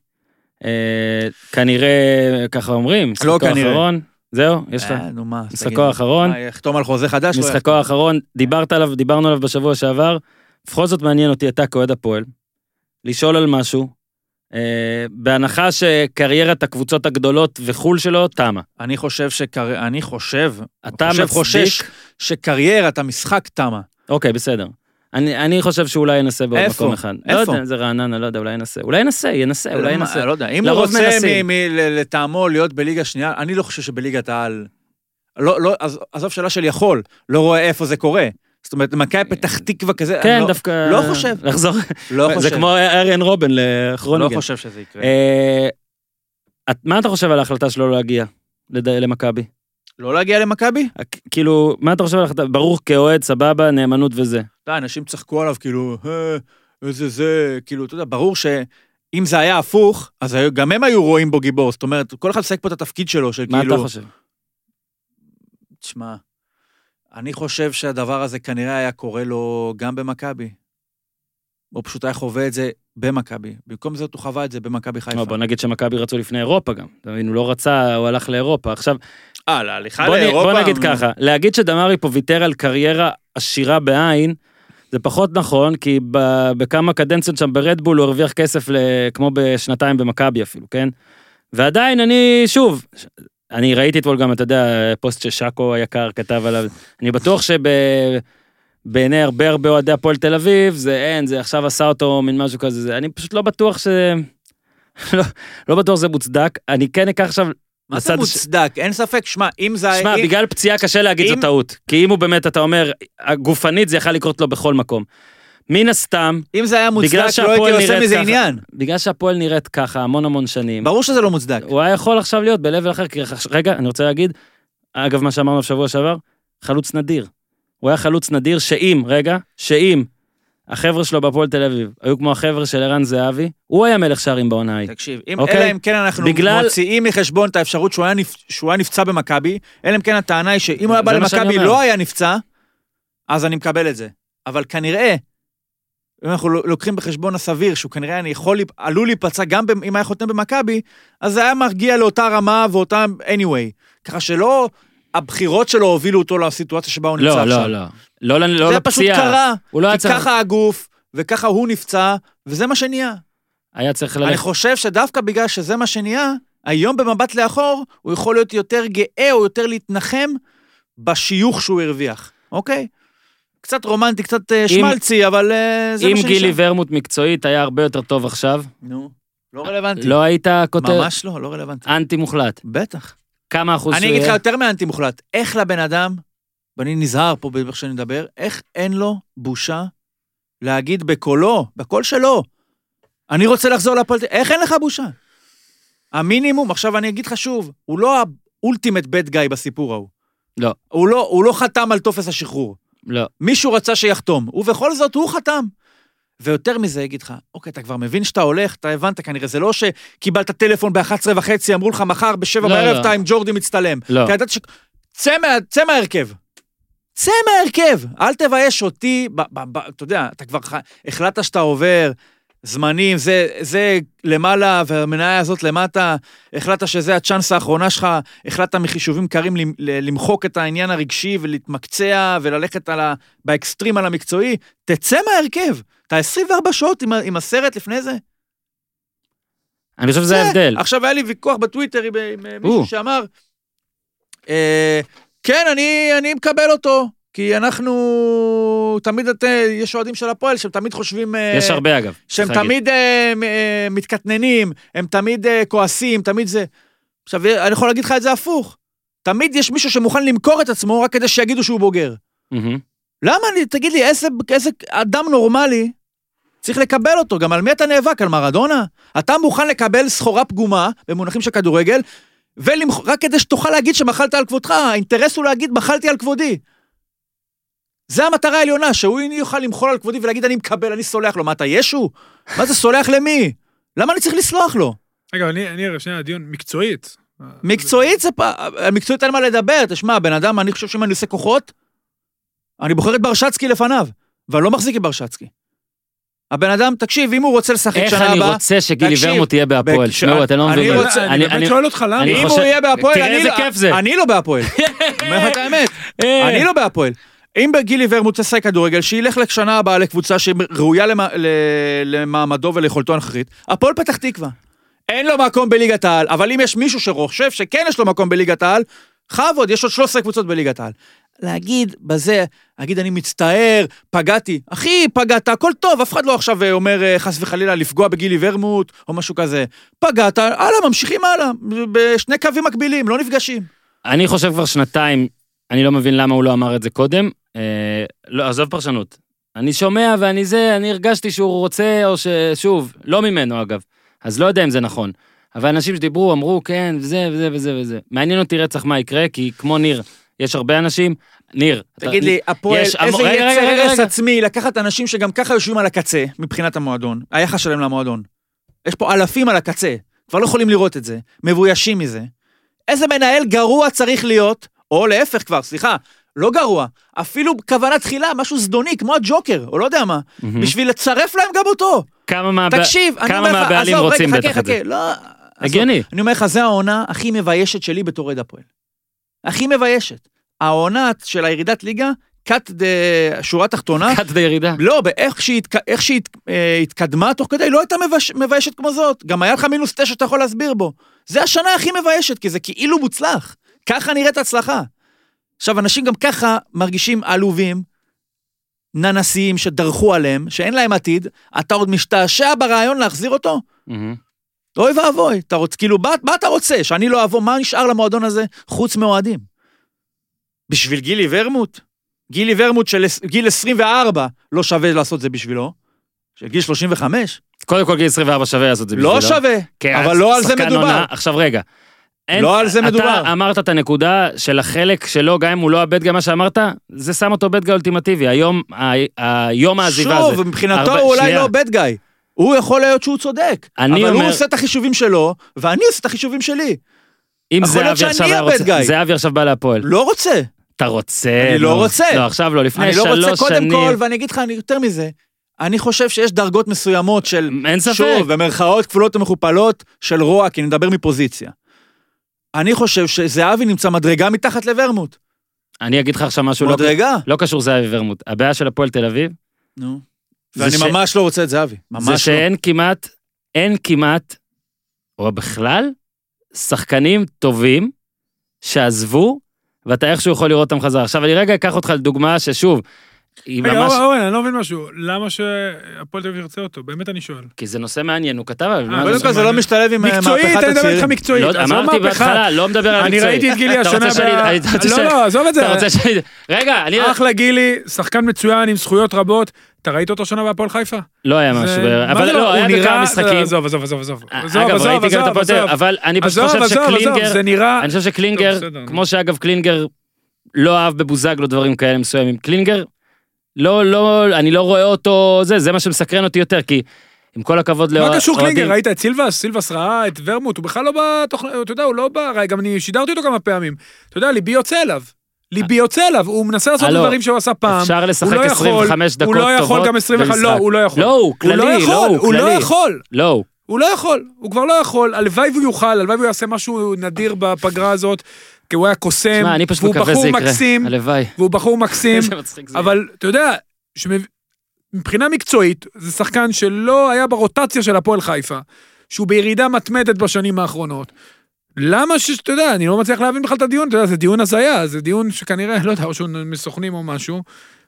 A: אה, כנראה, ככה אומרים, משחקו
C: לא כנראה.
A: האחרון, זהו, יש לך.
C: אה, נו מה, אז תגיד
A: משחקו
C: לי.
A: האחרון,
C: מה, יחתום על חוזה חדש? לא
A: משחקו האחרון, דיברת עליו, דיברנו עליו בשבוע שעבר. בכל זאת מעניין אותי, אתה כאוהד הפועל, לשאול על משהו, אה, בהנחה שקריירת הקבוצות הגדולות וחו"ל שלו תמה.
C: אני חושב שקר... אני חושב,
A: אתה
C: חושב,
A: מצדיק-
C: חושש שקריירת המשחק תמה.
A: אוקיי, בסדר. אני, אני חושב שאולי ינסה בעוד
C: איפה?
A: מקום אחד. לא
C: איפה?
A: יודע, זה רעננה, לא יודע, אולי ינסה. אולי ינסה, ינסה, אה, אולי
C: למה?
A: ינסה.
C: לא יודע, אם הוא
A: לרוב
C: רוצה
A: מנסים.
C: מ- מ- ל- לטעמו להיות בליגה שנייה, אני לא חושב שבליגת העל... לא, לא, אז- עזוב שאלה של יכול, לא רואה איפה זה קורה. זאת אומרת, מכבי פתח תקווה כזה, אני
A: כן,
C: לא-
A: דווקא...
C: לא חושב.
A: לחזור.
C: לא
A: זה
C: חושב.
A: כמו אריאן רובן
C: לא
A: לכרונגן.
C: חושב שזה יקרה.
A: אה, את- מה אתה חושב על ההחלטה שלו להגיע לד- למכבי?
C: לא להגיע למכבי?
A: הכ- כאילו, מה אתה חושב על ההחלטה? ברור, כאוהד, סבבה, נאמנות וזה.
C: אתה יודע, אנשים צחקו עליו, כאילו, "אה, איזה זה, כאילו, אתה יודע, ברור שאם זה היה הפוך, אז היו- גם הם היו רואים בו גיבור. זאת אומרת, כל אחד משחק פה את התפקיד שלו, של
A: מה
C: כאילו...
A: אתה חושב?
C: תשמע, אני חושב שהדבר הזה כנראה היה קורה לו גם במכבי. הוא פשוט היה חווה את זה במכבי. במקום זה הוא חווה את זה במכבי חיפה.
A: לא, בוא נגיד שמכבי רצו לפני אירופה גם. אתה מבין, הוא לא רצה, הוא הלך לאירופה. עכשיו,
C: אה, להליכה
A: בוא נ-
C: לאירופה?
A: בוא נגיד ככה, להגיד שדמרי פה ויתר על קריירה עשירה בעין, זה פחות נכון, כי ב- בכמה קדנציות שם ברדבול הוא הרוויח כסף ל- כמו בשנתיים במכבי אפילו, כן? ועדיין אני, שוב, ש- אני ראיתי אתמול גם, אתה יודע, פוסט ששאקו היקר כתב עליו, אני בטוח שב... בעיני הרבה הרבה אוהדי הפועל תל אביב, זה אין, זה עכשיו עשה אותו מין משהו כזה, זה, אני פשוט לא בטוח ש... לא, לא בטוח שזה מוצדק, אני כן אקח עכשיו
C: מה
A: לצד
C: זה
A: הש-
C: מוצדק? אין ספק, שמע, אם זה היה...
A: שמע,
C: אם-
A: בגלל פציעה קשה להגיד זו
C: אם-
A: טעות. כי אם הוא באמת, אתה אומר, גופנית זה יכול לקרות לו בכל מקום. מן הסתם,
C: אם זה היה מוצדק,
A: בגלל
C: לא
A: שהפועל
C: הייתי עושה
A: נראית
C: מזה
A: ככה.
C: עניין.
A: בגלל שהפועל נראית ככה המון המון שנים,
C: ברור שזה לא מוצדק.
A: הוא היה יכול עכשיו להיות בלבל אחר, כי רכש- רגע, אני רוצה להגיד, אגב, מה שאמרנו בשבוע שעבר, חלוץ נדיר. הוא היה חלוץ נדיר שאם, רגע, שאם החבר'ה שלו בהפועל תל אביב היו כמו החבר'ה של ערן זהבי, הוא היה מלך שערים בעונה ההיא.
C: תקשיב, אם,
A: אוקיי?
C: אלא אם כן אנחנו
A: בגלל-
C: מוציאים מחשבון את האפשרות שהוא היה, נפ... שהוא היה נפצע במכבי, אלא אם כן הטענה היא שאם הוא היה בא
A: זה מה שאני
C: למכבי
A: אומר.
C: לא היה נפצע, אז אני מקבל את זה. אבל כנראה, אם אנחנו ל- לוקחים בחשבון הסביר, שהוא כנראה אני יכול, להיפ- עלול להיפצע גם במ- אם היה חותם במכבי, אז זה היה מרגיע לאותה רמה ואותה anyway. ככה שלא הבחירות שלו הובילו אותו לסיטואציה שבה הוא נמצא
A: לא,
C: עכשיו.
A: לא, לא. לא, לא, לא
C: זה פשוט
A: לפציעה.
C: קרה,
A: הוא לא היה
C: כי
A: צריך,
C: ככה הגוף, וככה הוא נפצע, וזה מה שנהיה.
A: היה צריך
C: אני
A: ללכת.
C: חושב שדווקא בגלל שזה מה שנהיה, היום במבט לאחור, הוא יכול להיות יותר גאה או יותר להתנחם בשיוך שהוא הרוויח, אוקיי? קצת רומנטי, קצת אה,
A: אם-
C: שמלצי, אבל אה, זה
A: אם
C: מה שנשאר.
A: גילי ורמוט מקצועית היה הרבה יותר טוב עכשיו,
C: נו, לא רלוונטי.
A: לא אה. היית כותב
C: ממש לא, לא רלוונטי.
A: אנטי מוחלט.
C: בטח.
A: כמה אחוז
C: אני
A: שהוא
C: אגיד לך
A: יהיה?
C: יותר מאנטי מוחלט, איך לבן אדם, ואני נזהר פה באיך שאני מדבר, איך אין לו בושה להגיד בקולו, בקול שלו, אני רוצה לחזור להפועל, תל- איך אין לך בושה? המינימום, עכשיו אני אגיד לך שוב, הוא לא האולטימט בד גיא בסיפור ההוא.
A: לא.
C: הוא לא. הוא לא חתם על טופס השחרור.
A: לא.
C: מישהו רצה שיחתום, ובכל זאת הוא חתם. ויותר מזה, אגיד לך, אוקיי, אתה כבר מבין שאתה הולך, אתה הבנת כנראה, זה לא שקיבלת טלפון ב-11 וחצי, אמרו לך מחר ב-7
A: לא,
C: בערב
A: לא.
C: אתה עם ג'ורדי מצטלם.
A: לא.
C: כי ידעת ש... צא, מה... צא מההרכב. צא מההרכב, אל תבייש אותי, ב... ב... ב... אתה יודע, אתה כבר ח... החלטת שאתה עובר, זמנים, זה, זה למעלה והמניה הזאת למטה, החלטת שזה הצ'אנס האחרונה שלך, החלטת מחישובים קרים למ- ל- למחוק את העניין הרגשי ולהתמקצע וללכת על ה... באקסטרים על המקצועי, תצא מההרכב. אתה 24 שעות עם, ה- עם הסרט לפני זה?
A: אני חושב שזה ההבדל.
C: עכשיו היה לי ויכוח בטוויטר עם, עם אה, מישהו
A: כן. או.
C: שאמר, אה, כן, אני, אני מקבל אותו, כי אנחנו תמיד, את, אה, יש אוהדים של הפועל שהם תמיד חושבים... אה,
A: יש הרבה אגב.
C: שהם
A: צריך להגיד.
C: תמיד אה, מ- אה, מתקטננים, הם תמיד אה, כועסים, תמיד זה. עכשיו, אה, אני יכול להגיד לך את זה הפוך. תמיד יש מישהו שמוכן למכור את עצמו רק כדי שיגידו שהוא בוגר.
A: מהמם.
C: למה, אני- תגיד לי, איזה, איזה אדם נורמלי צריך לקבל אותו. גם על מי אתה נאבק? על מרדונה? אתה מוכן לקבל סחורה פגומה במונחים של כדורגל, ולמח... רק כדי שתוכל להגיד שמחלת על כבודך, האינטרס הוא להגיד, מחלתי על כבודי. זה המטרה העליונה, שהוא יוכל למחול על כבודי ולהגיד, אני מקבל, אני סולח לו. מה, אתה ישו? מה זה סולח למי? למה אני צריך לסלוח לו?
B: רגע, אבל אני, אני רגע, שנייה, הדיון מקצועית.
C: מקצועית זה פ... מקצועית אין מה לדבר, תשמע, בן אדם, אני חושב שאם אני עושה כוחות, אני בוחר את ברשצקי לפניו, ואני לא מחזיק עם ברשצקי. הבן אדם, תקשיב, אם הוא רוצה לשחק
A: איך
C: שנה הבאה...
A: אני רוצה שגילי
C: תקשיב,
A: ורמוט יהיה בהפועל?
C: בק-
A: תשמעו, אתם לא
C: אני
A: מבינים.
C: רוצה-
B: אני באמת שואל אותך למה.
A: אני
C: אם
A: חושב-
C: הוא יהיה בהפועל,
A: תראה
C: אני
A: איזה
C: לא-
A: כיף זה.
C: אני לא בהפועל. אומר לך את האמת,
A: אה.
C: אני לא בהפועל. אם בגילי ורמוט ישחק כדורגל, שילך לשנה הבאה לקבוצה שראויה למע- ל- למעמדו וליכולתו הנוכחית, הפועל פתח תקווה. אין לו מקום בליגת העל, אבל אם יש מישהו שחושב שכן יש לו מקום בליגת העל, בכבוד, יש עוד 13 קבוצות בליגת העל. להגיד בזה, להגיד אני מצטער, פגעתי. אחי, פגעת, הכל טוב, אף אחד לא עכשיו אה, אומר אה, חס וחלילה לפגוע בגילי ורמוט או משהו כזה. פגעת, הלאה, ממשיכים הלאה, בשני קווים מקבילים, לא נפגשים.
A: אני חושב כבר שנתיים, אני לא מבין למה הוא לא אמר את זה קודם. אה, לא, עזוב פרשנות. אני שומע ואני זה, אני הרגשתי שהוא רוצה, או ששוב, לא ממנו אגב. אז לא יודע אם זה נכון. אבל אנשים שדיברו אמרו, כן, וזה וזה וזה וזה. מעניין אותי רצח מה יקרה, כי כמו ניר, יש הרבה אנשים, ניר. אתה-
C: תגיד לי, הפועל,
A: יש-
C: איזה
A: רגע, רגע,
C: יצר
A: רגע,
C: הרס
A: רגע.
C: עצמי לקחת אנשים שגם ככה יושבים על הקצה, מבחינת המועדון, היחס שלהם למועדון. יש פה אלפים על הקצה, כבר לא יכולים לראות את זה, מבוישים מזה. איזה מנהל גרוע צריך להיות, או להפך כבר, סליחה, לא גרוע, אפילו בכוונה תחילה, משהו זדוני, כמו הג'וקר, או לא יודע מה,
A: מהמם.
C: בשביל לצרף להם גם אותו.
A: כמה מהבע-
C: תקשיב, אני
A: Hmm. כמה
C: אומר לך,
A: מהבעלים
C: עזוב, רגע,
A: רוצים
C: חכה,
A: בטח את זה.
C: חכה, לא... עזוב.
A: הגיוני.
C: אני אומר לך, זו העונה הכי מביישת שלי בתור אוהד הפועל. הכי מביישת. העונה של הירידת ליגה, קאט דה שורה תחתונה,
A: קאט בירידה.
C: לא, באיך שהיא, התק- איך שהיא הת- אה, התקדמה תוך כדי, לא הייתה מבש, מביישת כמו זאת. גם היה לך מינוס תשע שאתה יכול להסביר בו. זה השנה הכי מביישת, כי זה כאילו מוצלח. ככה נראית הצלחה. עכשיו, אנשים גם ככה מרגישים עלובים, ננסים שדרכו עליהם, שאין להם עתיד, אתה עוד משתעשע ברעיון להחזיר אותו?
A: מהמם.
C: אוי ואבוי, אתה רוצה, כאילו, מה, מה אתה רוצה? שאני לא אבוא, מה נשאר למועדון הזה חוץ מאוהדים? בשביל גילי ורמוט? גילי ורמוט של עש- גיל 24 לא שווה לעשות זה בשבילו. של גיל 35?
A: קודם כל גיל 24 שווה לעשות את זה
C: לא
A: בשבילו.
C: שווה,
A: כן,
C: אבל
A: אז
C: לא על זה
A: שחקן
C: מדובר.
A: עונה- עכשיו רגע. אין-
C: לא על זה מדובר.
A: אתה אמרת את הנקודה של החלק שלו, גם אם הוא לא הבטגה, מה שאמרת, זה שם אותו בטגה אולטימטיבי. היום, ה- היום העזיבה הזה.
C: שוב, מבחינתו
A: הרבה-
C: הוא אולי
A: שנייה.
C: לא bad guy. הוא יכול להיות שהוא צודק.
A: אני
C: אבל
A: אומר-
C: הוא עושה את החישובים שלו, ואני עושה את החישובים שלי.
A: אם
C: יכול להיות
A: זהבי עכשיו
C: שאני
A: היה
C: הבד
A: רוצה,
C: גיא.
A: זהבי עכשיו בא להפועל.
C: לא רוצה.
A: אתה רוצה?
C: אני לא
A: נו.
C: רוצה.
A: לא, עכשיו לא, לפני
C: אני לא
A: שלוש שנים.
C: רוצה קודם כל, ואני אגיד לך אני- יותר מזה. אני חושב שיש דרגות מסוימות של
A: אין ספק.
C: שוב, במרכאות כפולות ומכופלות של רוע, כי נדבר מפוזיציה. אני חושב שזהבי נמצא מדרגה מתחת לוורמוט.
A: אני אגיד לך עכשיו משהו לא-
C: מדרגה.
A: לא קשור זהבי ורמוט. הבעיה של הפועל תל אביב,
C: נו.
A: זה
C: ואני
A: ש-
C: ממש לא רוצה את זהבי.
A: זה
C: ממש לא.
A: שאין כמעט, אין כמעט, או בכלל, שחקנים טובים שעזבו, ואתה איכשהו יכול לראות אותם חזרה. עכשיו אני רגע אקח אותך לדוגמה ששוב, היא
B: רגע,
A: ממש,
B: אורן, אורן, אני לא מבין משהו. למה שהפועל תל אביב ירצה אותו? באמת אני שואל.
A: כי זה נושא מעניין, הוא כתב עליו.
B: אבל
A: מה
C: קודם
A: זה?
C: כל זה לא משתלב עם אה, מהפכת
B: מקצועית,
C: הצעירים.
B: אני מדבר איתך מקצועית.
A: לא,
B: עזוב
A: אמרתי
B: מהפכה.
A: בהתחלה, לא מדבר על
B: אני
A: המקצועי.
B: ראיתי את גילי
A: אתה רוצה
B: השנה
A: שאני-
B: ב...
A: אתה רוצה
B: לא,
A: שאני-
B: לא, עזוב את זה.
A: אתה רוצה שאני... רגע, אני...
B: אחלה גילי, שחקן מצוין עם זכויות רבות. אתה ראית אותו שנה בהפועל חיפה?
A: לא היה משהו,
B: זה-
A: בערך.
B: מה
A: אבל
B: זה
A: לא, היה
B: הוא נראה-
A: בכמה משחקים. אה,
B: עזוב, עזוב, עזוב, עזוב. עזוב,
A: אגב,
B: עזוב,
A: ראיתי גם את
B: עזוב,
A: הפועל תל אביב,
B: עזוב.
A: אבל אני פשוט
B: עזוב,
A: חושב
B: עזוב, עזוב,
A: שקלינגר,
B: זה נראה...
A: אני חושב
B: אה, טוב,
A: שקלינגר,
B: בסדר.
A: כמו שאגב קלינגר לא אהב בבוזגלו דברים כאלה מסוימים, קלינגר, לא, לא, אני לא רואה אותו, זה, זה מה שמסקרן אותי יותר, כי עם כל הכבוד לאוהדים,
B: מה קשור קלינגר? ראית את סילבס? סילבס ראה את ורמוט, הוא בכלל לא בתוכנית, אתה יודע, הוא לא בא, ראי, גם אני שידרתי אותו כמה פעמים. אתה יודע, ליבי יוצא אליו. ליבי יוצא אליו, הוא מנסה לעשות
A: אה. הלו,
B: דברים שהוא עשה פעם.
A: אפשר
B: הוא
A: לשחק
B: לא יכול,
A: 25 דקות
B: הוא
A: טובות
B: לא יכול גם 25, לא,
A: במשחק.
B: הוא לא יכול.
A: לא, הוא
B: הוא לא
A: כללי, לא,
B: יכול,
A: הוא
B: הוא לא
A: כללי.
B: יכול,
A: לא, הוא.
B: הוא לא יכול, הוא כבר לא יכול, הלוואי והוא יוכל, הלוואי והוא יעשה משהו נדיר בפגרה הזאת, כי הוא היה קוסם,
A: שמע, אני פשוט
B: והוא
A: מקווה
B: בחור
A: זה יקרה, לא-
B: מקסים,
A: הלוואי.
B: והוא בחור מקסים,
A: איזה מצחיק זה.
B: אבל אתה יודע, שמב- מבחינה מקצועית, זה שחקן שלא היה ברוטציה של הפועל חיפה, שהוא בירידה מתמדת בשנים האחרונות. למה ש... אתה יודע, אני לא מצליח להבין בכלל את הדיון, אתה יודע, זה דיון הזיה, זה דיון שכנראה, לא יודע, או שהוא מסוכנים או משהו.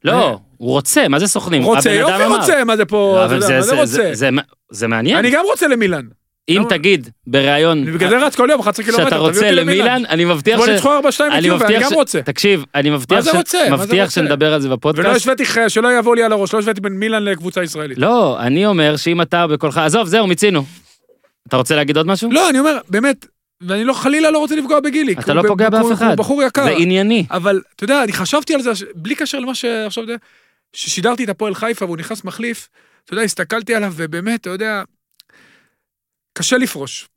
A: לא, הוא רוצה, מה זה סוכנים?
B: רוצה,
A: הבן אדם
B: יופי
A: אמר.
B: רוצה, מה זה פה,
A: לא,
B: אתה
A: אבל
B: יודע,
A: זה-
B: מה זה
A: זה-
B: רוצה?
A: זה- זה מעניין.
B: אני גם רוצה למילאן.
A: אם
B: למה?
A: תגיד בריאיון
B: אני בגלל זה רץ כל יום 11 קילומטר,
A: שאתה
B: תביא אותי
A: רוצה למילן, אני מבטיח
B: בוא ניצחו 4-2
A: אני
B: בקיובה, אני
A: מבטיח
B: גם
A: ש-
B: רוצה.
A: תקשיב, אני מבטיח
B: מה זה
A: ש-
B: רוצה? מה זה
A: מבטיח
B: רוצה?
A: שנדבר על זה
B: ולא
A: בפודקאסט.
B: השוויתי, ח- שלא יבוא לי על הראש, לא השוויתי בין מילן לקבוצה ישראלית.
A: לא, אני אומר שאם אתה בקולך, עזוב, זהו, מיצינו. אתה רוצה להגיד עוד משהו?
B: לא, אני אומר, באמת, ואני לא, חלילה לא רוצה לפגוע בגיליק.
A: אתה
B: הוא
A: לא
B: ב-
A: פוגע
B: הוא-
A: באף
B: הוא-
A: אחד.
B: הוא בחור יקר.
A: זה ענייני.
B: אבל אתה יודע, אני חשבתי על זה, ש- בלי קשר למה שעכשיו, אתה יודע, ששידרתי את הפועל חיפה והוא נכנס מחליף, אתה יודע, הסתכלתי עליו, ובאמת, אתה יודע, קשה לפרוש.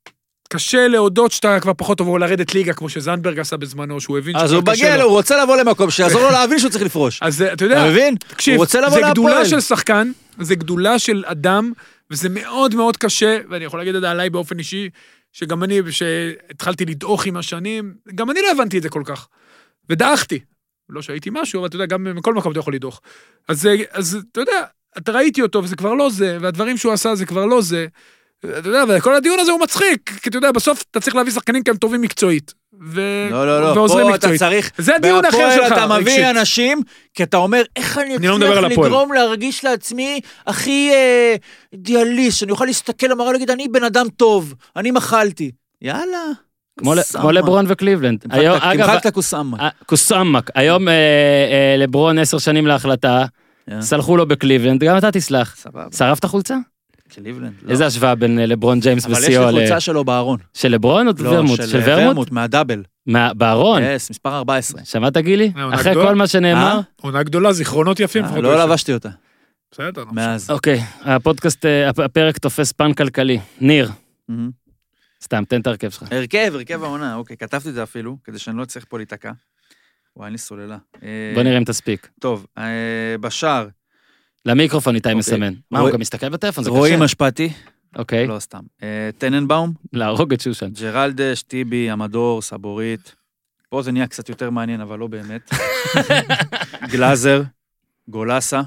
B: קשה להודות שאתה כבר פחות טוב, או לרדת ליגה, כמו שזנדברג עשה בזמנו, שהוא הבין
C: אז
B: שכבר
C: הוא
B: קשה
C: בגל,
B: לו.
C: הוא רוצה לבוא למקום שיעזור לו להבין שהוא צריך לפרוש.
B: אז אתה יודע,
C: אתה מבין?
B: תקשיב,
C: הוא רוצה לבוא
B: זה
C: להפועל.
B: גדולה של שחקן, זה גדולה של אדם, וזה מאוד מאוד קשה, ואני יכול להגיד את זה עליי באופן אישי, שגם אני, שהתחלתי לדעוך עם השנים, גם אני לא הבנתי את זה כל כך. ודעכתי. לא שהייתי משהו, אבל אתה יודע, גם מכל מקום אתה יכול לדעוך. אז, זה- אז אתה יודע, אתה ראיתי אותו, וזה כבר לא זה, והדברים שהוא עשה זה כבר לא זה. אתה יודע, וכל הדיון הזה הוא מצחיק, כי אתה יודע, בסוף אתה צריך להביא שחקנים כי הם טובים מקצועית. ו...
C: לא, לא, לא,
B: ועוזרים
C: פה אתה
B: מקצועית.
C: צריך...
B: זה דיון אחר
C: בהפועל
B: שלך,
C: אתה
B: רגשית.
C: מביא אנשים, כי אתה אומר, איך אני
B: אני לא מדבר
C: אצליח
B: על הפועל."
C: לגרום להרגיש לעצמי הכי אה, אידיאליסט, שאני אוכל להסתכל למראה ולהגיד, אני בן אדם טוב, אני מחלתי. יאללה.
A: כמו ל-
C: סמה.
A: כמו לברון וקליבלנד.
C: תמחק
A: היום-
C: את-
A: אגב,
C: תמחק את הקוסאמה.
A: אה, קוסאמק, היום אה, אה, לברון עשר שנים להחלטה,
C: אה.
A: סלחו לו בקליבלנד, גם אתה תסלח.
C: סבבה.
A: שרפת חולצה?
C: קליבלנד, לא.
A: איזה השוואה בין אה, לברון ג'יימס
C: אבל יש לי
A: וסיוע ל...
C: חולצה שלו בארון.
A: של לברון או
C: לא,
A: ורמוט? של ורמוט?
C: מהדאבל.
A: מה- בארון.
C: יס, מספר 14.
A: שמעת גילי?
B: אה, עונה
A: אחרי
B: גדולה?
A: כל מה שנאמר?
B: עונה גדולה, זיכרונות יפים.
C: אה,
B: לפחות
C: לא
B: הוא יפה.
C: לבשתי אותה
B: בסדר, לא משנה.
C: מאז.
A: אוקיי, הפודקאסט, אה, הפ- הפרק תופס פן כלכלי. ניר,
C: מהמם.
A: סתם, תן את ההרכב שלך.
C: הרכב, הרכב העונה, אוקיי, כתבתי את זה אפילו, כדי שאני לא אצטרך פה להיתקע. וואי, אין לי סוללה. אה,
A: בוא נראה אם תספיק.
C: טוב, אה, בשער,
A: למיקרופון איתי
C: אוקיי.
A: מסמן. מה, הוא
C: רועי-
A: גם מסתכל בטלפון, זה
C: רועי
A: קשה.
C: משפטי,
A: אוקיי,
C: לא סתם. אה, טננבאום,
A: להרוג את שושן.
C: ג'רלדש, טיבי, עמדור, סבורית. פה זה נהיה קצת יותר מעניין, אבל לא באמת. גלאזר, גולסה,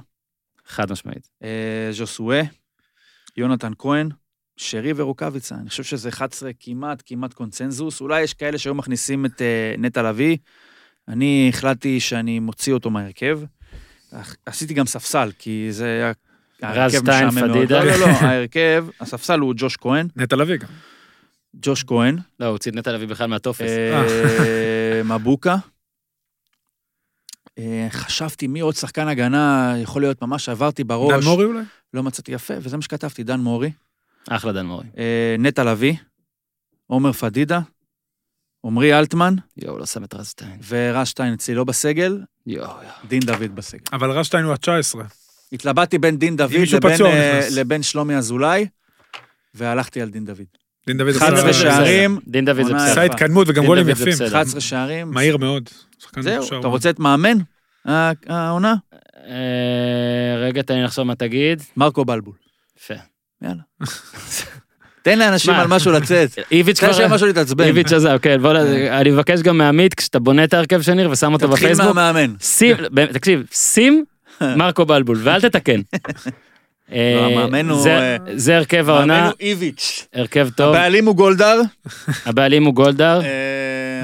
A: חד משמעית.
C: אה, ז'וסואה, יונתן כהן, שרי ורוקאביצה. אני חושב שזה 11 כמעט, כמעט קונצנזוס. אולי יש כאלה שהיו מכניסים את אה, נטע לביא. אני החלטתי שאני מוציא אותו מההרכב. אך- עשיתי גם ספסל, כי זה היה...
A: רז
C: ההרכב
A: שטיין,
C: משעמם מאוד.
A: פדידה.
C: לא, לא, לא, ההרכב, הספסל הוא ג'וש כהן.
B: נטע לביא גם.
C: ג'וש כהן,
A: לא, הוא הוציא את נטע לביא בכלל מהטופס.
C: אה, מבוקה. אה, חשבתי מי עוד שחקן הגנה יכול להיות ממש, עברתי
B: דן
C: בראש,
B: מורי אולי?
C: לא מצאתי יפה, וזה מה שכתבתי, דן מורי.
A: אחלה דן מורי.
C: אה, נטע לביא, עומר פדידה, עמרי אלטמן
A: יואו, לא שם את רז שטיין.
C: ורז שטיין אצלי לא בסגל,
A: יואו, יואו.
C: דין דוד בסגל.
B: אבל רשטיין הוא ה-19.
C: התלבטתי בין דין דוד
B: מישהו
C: לבין,
B: פצוע
C: אה,
B: נכנס.
C: לבין שלומי אזולאי, והלכתי על דין דוד.
B: דין דוד
C: אחד
B: עשה-
A: דין דוד זה
C: שערים,
A: בסדר. דין דוד זה
C: עונה
A: בסדר.
B: עשה
C: יפה.
B: התקדמות וגם
A: אה, דין
B: גולים
A: דוד זה
B: יפים.
A: בסדר.
C: 11 שערים.
B: מהיר מאוד. שחקן מוכשר
C: זהו, אתה
B: מאוד.
C: רוצה את מאמן? אה, העונה?
A: אה, רגע, תן לי לחשוב מה תגיד.
C: מרקו בלבול.
A: יפה.
C: יאללה. תן לאנשים
A: שמע,
C: על משהו לצאת.
A: איביץ'
C: תן שהם
A: כבר...
C: משהו להתעצבן.
A: איביץ' עזב, כן. בוא, נ- אני מבקש גם מעמית, כשאתה בונה את ההרכב של ניר ושם אותו
C: תתחיל
A: בפייסבוק,
C: מהמאמן.
A: שים, באמת, תקשיב, שים מרקו בלבול, ואל תתקן. אה,
C: לא, המאמן הוא,
A: זה-
C: אה,
A: זה הרכב
C: מאמן
A: העונה,
C: הוא איביץ'.
A: הרכב טוב,
C: הבעלים הוא גולדהר.
A: הבעלים הוא גולדהר.
C: אה,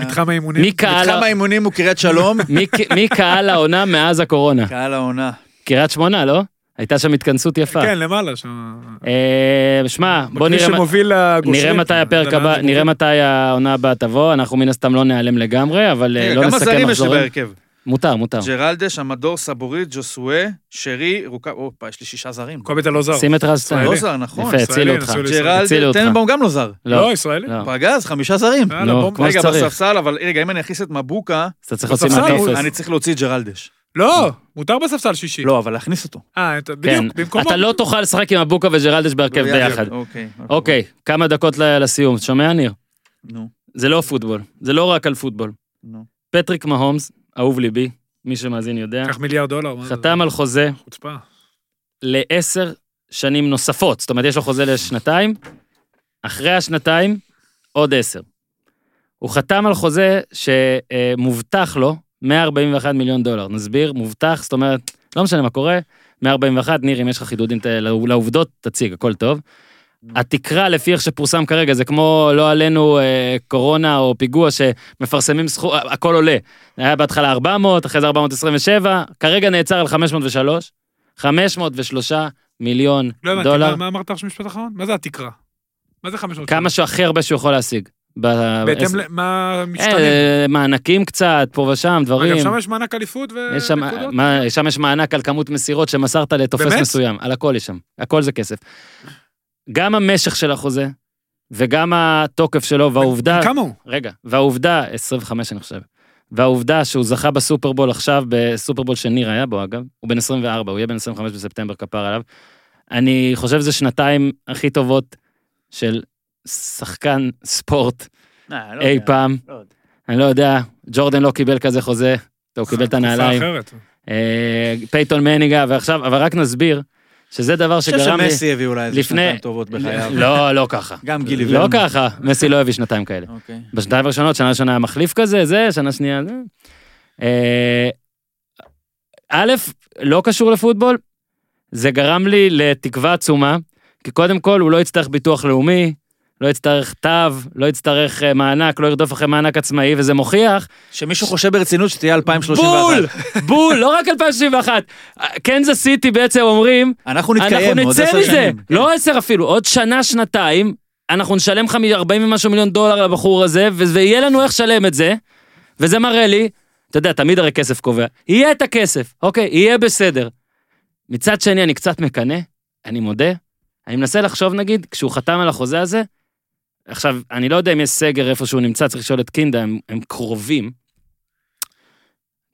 B: מתחם האימונים.
A: מי קהל ה-
C: מתחם האימונים הוא קריית שלום.
A: מי ק- מי קהל העונה מאז הקורונה?
C: קהל העונה.
A: קריית שמונה, לא? הייתה שם התכנסות יפה.
B: כן, למעלה. שם.
A: אה, שמע, בוא
B: מי
A: נראה מה-
B: שמוביל לגושרים.
A: נראה מתי הפרק
B: אתה
A: הבא,
B: לאן
A: נראה
B: הוא
A: מתי העונה הבאה תבוא, אנחנו מן הסתם לא ניעלם לגמרי, אבל אה,
C: רגע,
A: לא
C: כמה
A: נסכם
C: זרים כן, יש לי
A: מחזורים.
C: בהרכב?
A: מותר, מותר.
C: ג'רלדש, עמדור, סבורית, ג'וסואה, שרי, רוקאב... הופה, יש לי שישה זרים.
B: מוביל. קובי אתה לא זר.
A: שים את רז שטיין.
C: לא זר, נכון.
A: יפה, הצילו
B: ישראלי,
A: אותך.
B: נסו לישראל.
C: ג'רלדש,
A: הצילו אותך.
C: טננבאום גם לא זר.
A: לא,
B: לא, ישראלי.
A: לא.
C: פגז, חמישה זרים.
B: יאללה,
A: לא,
B: בום.
A: כמו
C: רגע,
A: שצריך.
C: בספסל, אבל רגע, אם אני אכניס את מבוקה,
A: אז אתה צריך לשים
B: בספסל הוא-
A: מהטופס.
C: אני צריך להוציא את ג'רלדש.
B: לא, מותר בספסל שישי.
C: לא, אבל להכניס אותו.
B: אה, אתה-
A: כן.
B: בדיוק, במקומו.
A: אתה לא תוכל לשחק עם אבוקה וג'רלדש בהרכב
C: לא, יאללה,
A: כן, ביחד.
C: אוקיי.
A: אוקיי, כמה דקות ל- לסיום. שומע, ניר?
C: נו,
A: זה לא פוטבול. זה לא רק על פוטבול.
C: נו.
A: פטריק מהומס, אהוב ליבי, מי שמאזין יודע,
B: קח מיליארד דולר. מה זה?
A: חתם על חוזה
B: חוצפה.
A: לעשר שנים נוספות. זאת אומרת, יש לו חוזה לשנתיים, אחרי השנתיים, עוד עשר. הוא חתם על חוזה שמובטח לו 141 מיליון דולר. נסביר, מובטח, זאת אומרת, לא משנה מה קורה, 141, ניר, אם יש לך חידודים ת- לעובדות, תציג, הכל טוב. התקרה לפי איך שפורסם כרגע, זה כמו לא עלינו אה, קורונה או פיגוע שמפרסמים סכום, אה, הכל עולה. היה בהתחלה 400, אחרי זה 427, כרגע נעצר על 503, 503 מיליון
B: לא הבנתי,
A: דולר.
B: מה- מה אמרת עכשיו משפט אחרון? מה זה התקרה? מה זה 500
A: כמה שהכי הרבה שהוא יכול להשיג. ב-
B: בהתאם
A: אה,
B: למה משתנים.
A: מענקים קצת, פה ושם, דברים.
B: אגב, שם יש מענק אליפות
A: יש שם,
B: ונקודות.
A: מה, שם יש מענק על כמות מסירות שמסרת לתופס
B: באמת?
A: מסוים, על הכל יש שם, הכל זה כסף. גם המשך של החוזה, וגם התוקף שלו, והעובדה,
B: כמה הוא?
A: רגע, והעובדה, 25 אני חושב, והעובדה שהוא זכה בסופרבול עכשיו, בסופרבול שניר היה בו אגב, הוא בן 24, הוא יהיה בן 25 בספטמבר, כפר עליו. אני חושב שזה שנתיים הכי טובות של שחקן ספורט
C: אה, לא
A: אי
C: יודע,
A: פעם,
C: לא יודע.
A: אני לא יודע, ג'ורדן לא קיבל כזה חוזה,
C: אה,
A: הוא קיבל את
B: תקופה
A: הנעליים.
B: אחרת.
A: אה, פייתון מניגה, ועכשיו, אבל רק נסביר, שזה דבר
C: אני חושב
A: שגרם לי...
C: שמסי הביא אולי איזה
A: לפני-
C: שנתיים טובות בחייו.
A: לא, לא ככה.
C: גם גילי
A: לא
C: ורמן.
A: ככה, מסי לא הביא שנתיים כאלה.
C: אוקיי.
A: בשנתיים הראשונות, שנה ראשונה היה מחליף כזה, זה, שנה שנייה זה. אה, א', לא קשור לפוטבול, זה גרם לי לתקווה עצומה, כי קודם כל הוא לא יצטרך ביטוח לאומי, לא יצטרך תו, לא יצטרך אה, מענק, לא ירדוף אחרי מענק עצמאי, וזה מוכיח
C: שמישהו חושב ברצינות שתהיה 2031.
A: בול, בול, לא רק 2061. קנזס סיטי אה, בעצם אומרים,
C: אנחנו נתקיים
A: אנחנו
C: עוד
A: נצא
C: עשר
A: מזה,
C: שנים.
A: לא עשר אפילו, עוד שנה, שנתיים, אנחנו נשלם לך 40 ומשהו מיליון דולר לבחור הזה, ו- ויהיה לנו איך לשלם את זה, וזה מראה לי, אתה יודע, תמיד הרי כסף קובע, יהיה את הכסף, אוקיי, יהיה בסדר. מצד שני, אני קצת מקנא, אני מודה, אני מנסה לחשוב נגיד, כשהוא חתם על החוזה הזה, עכשיו, אני לא יודע אם יש סגר איפה שהוא נמצא, צריך לשאול את קינדה, הם, הם קרובים.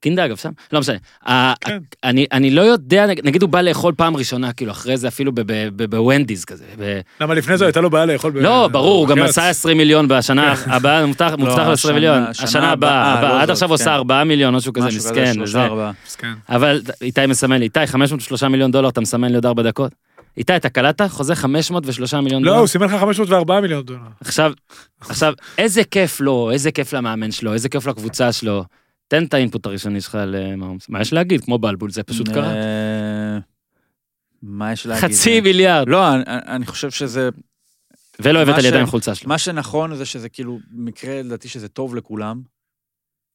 A: קינדה אגב שם? לא משנה. ה-
B: כן.
A: אני, אני לא יודע, נג- נגיד הוא בא לאכול פעם ראשונה, כאילו אחרי זה אפילו ב- ב- ב- בוונדיז כזה. ב-
B: למה לפני זה הייתה לו בעיה לאכול? ב-
A: לא, ברור, הוא גם
B: בחייץ.
A: עשה 20 מיליון בשנה הבאה, מובטח
C: לא,
A: מובטח לו 20
C: השנה-
A: מיליון.
C: השנה
A: השנה
C: הבאה,
A: הבאה,
C: לא
A: הבאה, עד
C: זאת,
A: עכשיו הוא
C: כן.
A: עשה 4 מיליון, משהו כזה
C: משהו כזה,
A: מסכן.
C: שלושה,
A: וזה.
C: ארבעה.
B: מסכן.
A: אבל איתי מסמן לי, איתי, 503 מיליון דולר, אתה מסמן לי עוד 4 דקות. איתי, אתה קלטת? חוזה 503 מיליון
B: לא,
A: דולר.
B: הוא סימן לך 504 מיליון דולר.
A: עכשיו, עכשיו, איזה כיף לו, איזה כיף למאמן שלו, איזה כיף לקבוצה שלו. תן את האינפוט הראשוני שלך למהומס. מה יש להגיד? כמו בלבול, זה פשוט קרה.
C: אה, מה יש להגיד?
A: חצי מיליארד,
C: לא, אני- אני חושב שזה...
A: ולא הבאת
C: מה
A: לי
C: ש-
A: עדיין חולצה שלו.
C: מה שנכון זה שזה כאילו מקרה, לדעתי שזה טוב לכולם.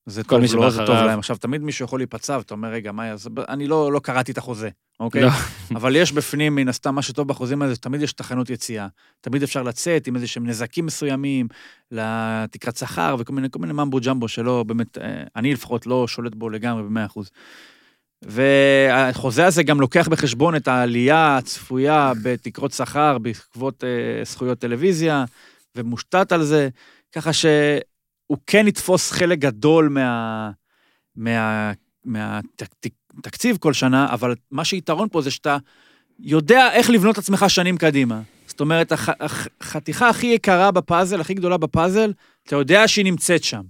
C: זה
A: כל
C: טוב
A: מי שבא
C: לו, זה טוב
A: אחריו.
C: להם. עכשיו, תמיד מישהו יכול להיפצע, ואתה אומר, רגע, מה יעשה? אני לא לא קראתי את החוזה, אוקיי?
A: לא.
C: אבל יש בפנים, מן הסתם, מה שטוב בחוזים האלה, זה תמיד יש תחנות יציאה. תמיד אפשר לצאת עם איזה שהם נזקים מסוימים, לתקרת שכר וכל מיני, כל מיני ממבו ג'מבו שלא באמת, אה, אני לפחות לא שולט בו לגמרי ב-100%. והחוזה הזה גם לוקח בחשבון את העלייה הצפויה בתקרות שכר בעקבות אה, זכויות טלוויזיה, ומושתת על זה, ככה שהוא כן יתפוס חלק גדול מה... מה... מהתקציב כל שנה, אבל מה שיתרון פה זה שאתה יודע איך לבנות את עצמך שנים קדימה. זאת אומרת, הח, הח, החתיכה הכי יקרה בפאזל, הכי גדולה בפאזל, אתה יודע שהיא נמצאת שם.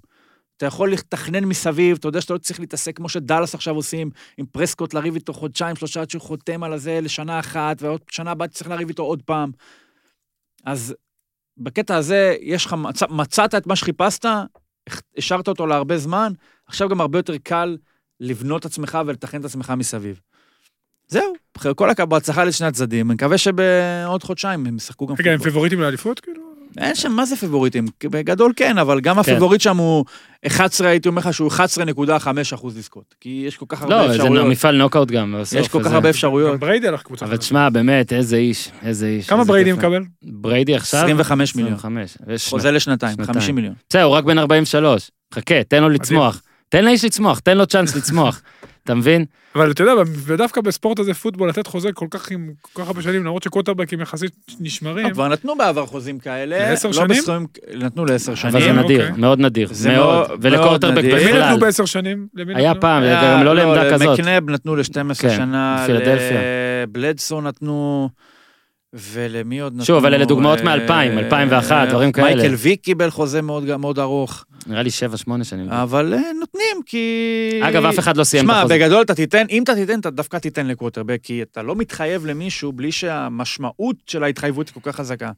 C: אתה יכול לתכנן מסביב, אתה יודע שאתה לא צריך להתעסק כמו שדאלאס עכשיו עושים, עם פרסקוט לריב איתו חודשיים, שלושה, עד שהוא חותם על הזה לשנה אחת, ועוד שנה הבאה תצטרך לריב איתו עוד פעם. אז בקטע הזה, יש לך, מצ, מצאת את מה שחיפשת, הח- השארת אותו להרבה זמן, עכשיו גם הרבה יותר קל לבנות את עצמך ולתכנן את עצמך מסביב. זהו, אחרי כל הכבוד, בהצלחה לשני הצדדים, אני מקווה שבעוד חודשיים הם ישחקו גם
B: רגע, הם
C: פוטבול.
B: פיבוריטים לאליפות? כאילו?
C: אין שם, מה זה פיבוריטים? בגדול כן, אבל גם
A: כן.
C: הפיבוריט שם הוא 11, הייתי אומר לך שהוא 11.5 אחוז לזכות. כי יש כל כך הרבה
A: לא, זה
C: אפשרויות.
A: מפעל נוקאוט גם, בסוף.
C: יש כל כך
A: וזה-
C: הרבה
B: גם
C: אפשרויות.
B: בריידי הלך קבוצה.
A: לא. אבל תשמע, באמת, איזה איש, איזה איש.
B: כמה
A: איזה
B: בריידי
A: כיף אה. לו.
B: מקבל?
A: בריידי עכשיו?
C: 25 מיליון.
A: 25. יש-
C: חוזה לשנתיים,
A: שנתיים.
C: 50 מיליון.
A: בסדר, הוא רק בן 43. חכה, תן לו לצמוח. תן לאיש לצמוח, תן לו צ'אנס לצמוח. אתה מבין?
B: אבל אתה יודע, ודווקא בספורט הזה פוטבול, לתת חוזה כל כך עם כל כך הרבה שנים, למרות שקווטרבקים יחסית נשמרים.
C: לא, כבר נתנו בעבר חוזים כאלה.
B: כן. לעשר
C: לא
B: שנים?
C: בסכומים- נתנו לעשר
A: אבל זה
C: שנים.
B: אוקיי.
A: נדיר, מאוד נדיר.
C: זה
A: מאוד,
C: מאוד-
A: ולקורטרבק
C: מאוד אה, נדיר.
B: למי
A: בכלל.
B: נתנו בעשר שנים? למי
A: היה
B: נתנו?
A: פעם,
C: היה-
A: גם לא לעמדה כזאת.
C: למקנב נתנו ל-12
A: כן,
C: שנה.
A: לפילדלפיה.
C: לבלדסון נתנו, ולמי עוד נתנו?
A: שוב, אבל אלה דוגמאות מ-אלפיים,
C: אה,
A: 2001, דברים כאלה. Mm.
C: מייקל ויק קיבל חוזה מאוד מאוד ארוך,
A: נראה לי 7-8 שנים.
C: אבל אה, נותנים כי...
A: אגב, אף אחד לא סיים את
C: שמע,
A: החוזה.
C: בגדול אתה תיתן, אם אתה תיתן, אתה דווקא תיתן לקווטרבק, כי אתה לא מתחייב למישהו בלי שהמשמעות של ההתחייבות היא כל כך חזקה.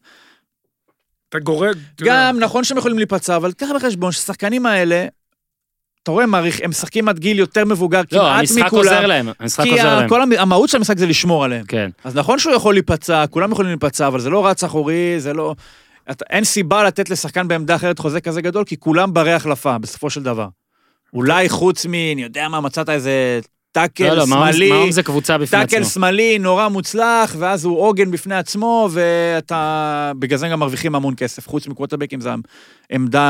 B: אתה גורג. אתה יודע.
C: גם, נכון שהם יכולים להיפצע, אבל קח בחשבון שהשחקנים האלה, אתה רואה, מעריך, הם משחקים עד גיל יותר מבוגר כמעט
A: לא,
C: מכולם.
A: המשחק עוזר להם. המשחק
C: כי
A: עוזר
C: ה-
A: להם.
C: כל המ- המהות של המשחק זה לשמור עליהם.
A: כן.
C: אז נכון שהוא יכול להיפצע, כולם יכולים להיפצע, אבל זה לא רץ אחורי, זה לא... אתה, אין סיבה לתת לשחקן בעמדה אחרת חוזה כזה גדול, כי כולם ברי החלפה, בסופו של דבר. אולי חוץ מ... אני יודע מה, מצאת איזה
A: לא,
C: טאקל
A: לא, מע"מ-
C: כן, שמאלי,
A: מע"מ זה קבוצה בפני
C: טאקל
A: עצמו.
C: שמאלי נורא מוצלח, ואז הוא עוגן בפני עצמו, ואתה... בגלל זה גם מרוויחים המון כסף. חוץ מקווטרבקים זו העמדה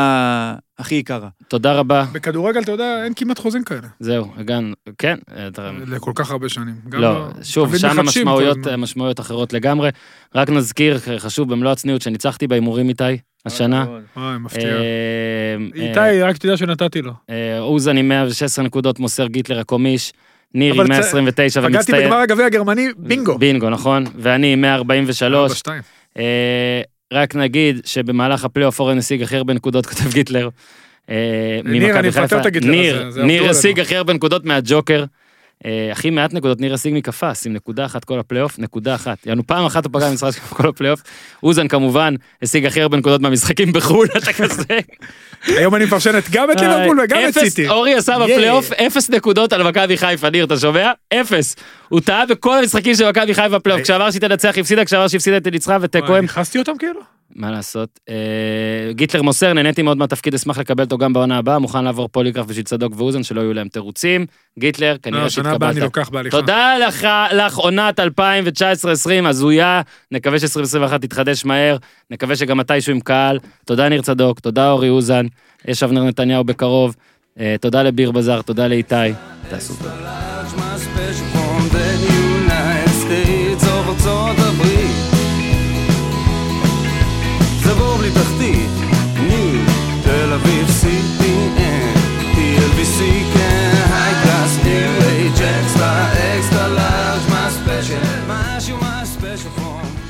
C: הכי יקרה.
A: תודה רבה,
B: בכדורגל, אתה יודע, אין כמעט חוזים כאלה.
A: זהו, הגענו, כן, אתה-
B: לכל כך הרבה שנים. גם
A: לא, שוב,
B: תמיד
A: שם
B: מחדשים כל
A: המשמעויות
B: הזמן.
A: משמעויות אחרות לגמרי. רק נזכיר, חשוב במלוא הצניעות, שניצחתי בהימורים איתי השנה.
B: וואי, מפתיע.
A: אה, אה,
B: איתי, רק שתדע שנתתי לו.
A: אה, אוזן עם 116 נקודות, מוסר גיטלר הקומיש, נירי
B: אבל צ-
A: 129
B: פגעתי
A: ומצטיין.
B: בגמר הגביע הגרמני, בינגו.
A: בינגו, נכון. ואני עם 143.
B: ארבע-שתיים.
A: אה, רק נגיד שבמהלך הפלייאוף אורן השיג הכי הרבה נקודות, כותב גיטלר. אה,
B: ניר,
A: ממכבי
B: אני מפטר
A: חיפה.
B: את הגיטלר
A: ניר,
B: הזה, זה עבדו
A: ניר
B: עלינו.
A: השיג הכי הרבה נקודות מהג'וקר. אה, הכי מעט נקודות ניר השיג מקפס, עם נקודה אחת כל הפלייאוף, נקודה אחת. יענו פעם אחת הוא פגע במשחק שלו כל הפלייאוף. אוזן כמובן השיג הכי הרבה נקודות מהמשחקים בחו"ל, אתה כזה.
B: היום אני מפרשנת גם את ליברפול וגם את
A: אה, אפס,
B: סיטי.
A: אורי עשה
B: יהיה.
A: בפלייאוף אפס נקודות על מכבי חיפה, ניר, אתה שומע? אפס. הוא טעה בכל המשחקים של מכבי חיפה
B: אה.
A: בפלייאוף. כשאמר שהיא תנצח היא הפסידה, כשאמר שהיא הפסידה היא ניצחה ותיקו
B: וואי,
A: הם.
B: נכנסתי אותם כאילו?
A: מה לעשות? אה, גיטלר מוסר, נהניתי מאוד מהתפקיד, אשמח לקבל אותו גם בעונה הבאה, מוכן לעבור פוליגרף בשביל צדוק ואוזן, שלא יהיו להם תירוצים. גיטלר,
B: לא,
A: כנראה
B: השנה הבאה אני
A: שהתקבלת.
B: לוקח בהליכה.
A: תודה לך, לך עונת 2019-2020, הזויה, נקווה ש-2021 תתחדש מהר, נקווה שגם מתישהו עם קהל. תודה ניר צדוק, תודה אורי אוזן, יש אבנר נתניהו בקרוב, אה, תודה לביר בזאר, תודה לאיתי, תעשו טוב.
D: large, my special form, the United States of ארצות הברית. צבור בלי תחתית, ניו, תל אביב, CPN, TLBC, כן, high class, new age, extra, extra large, my special, משהו, my special form.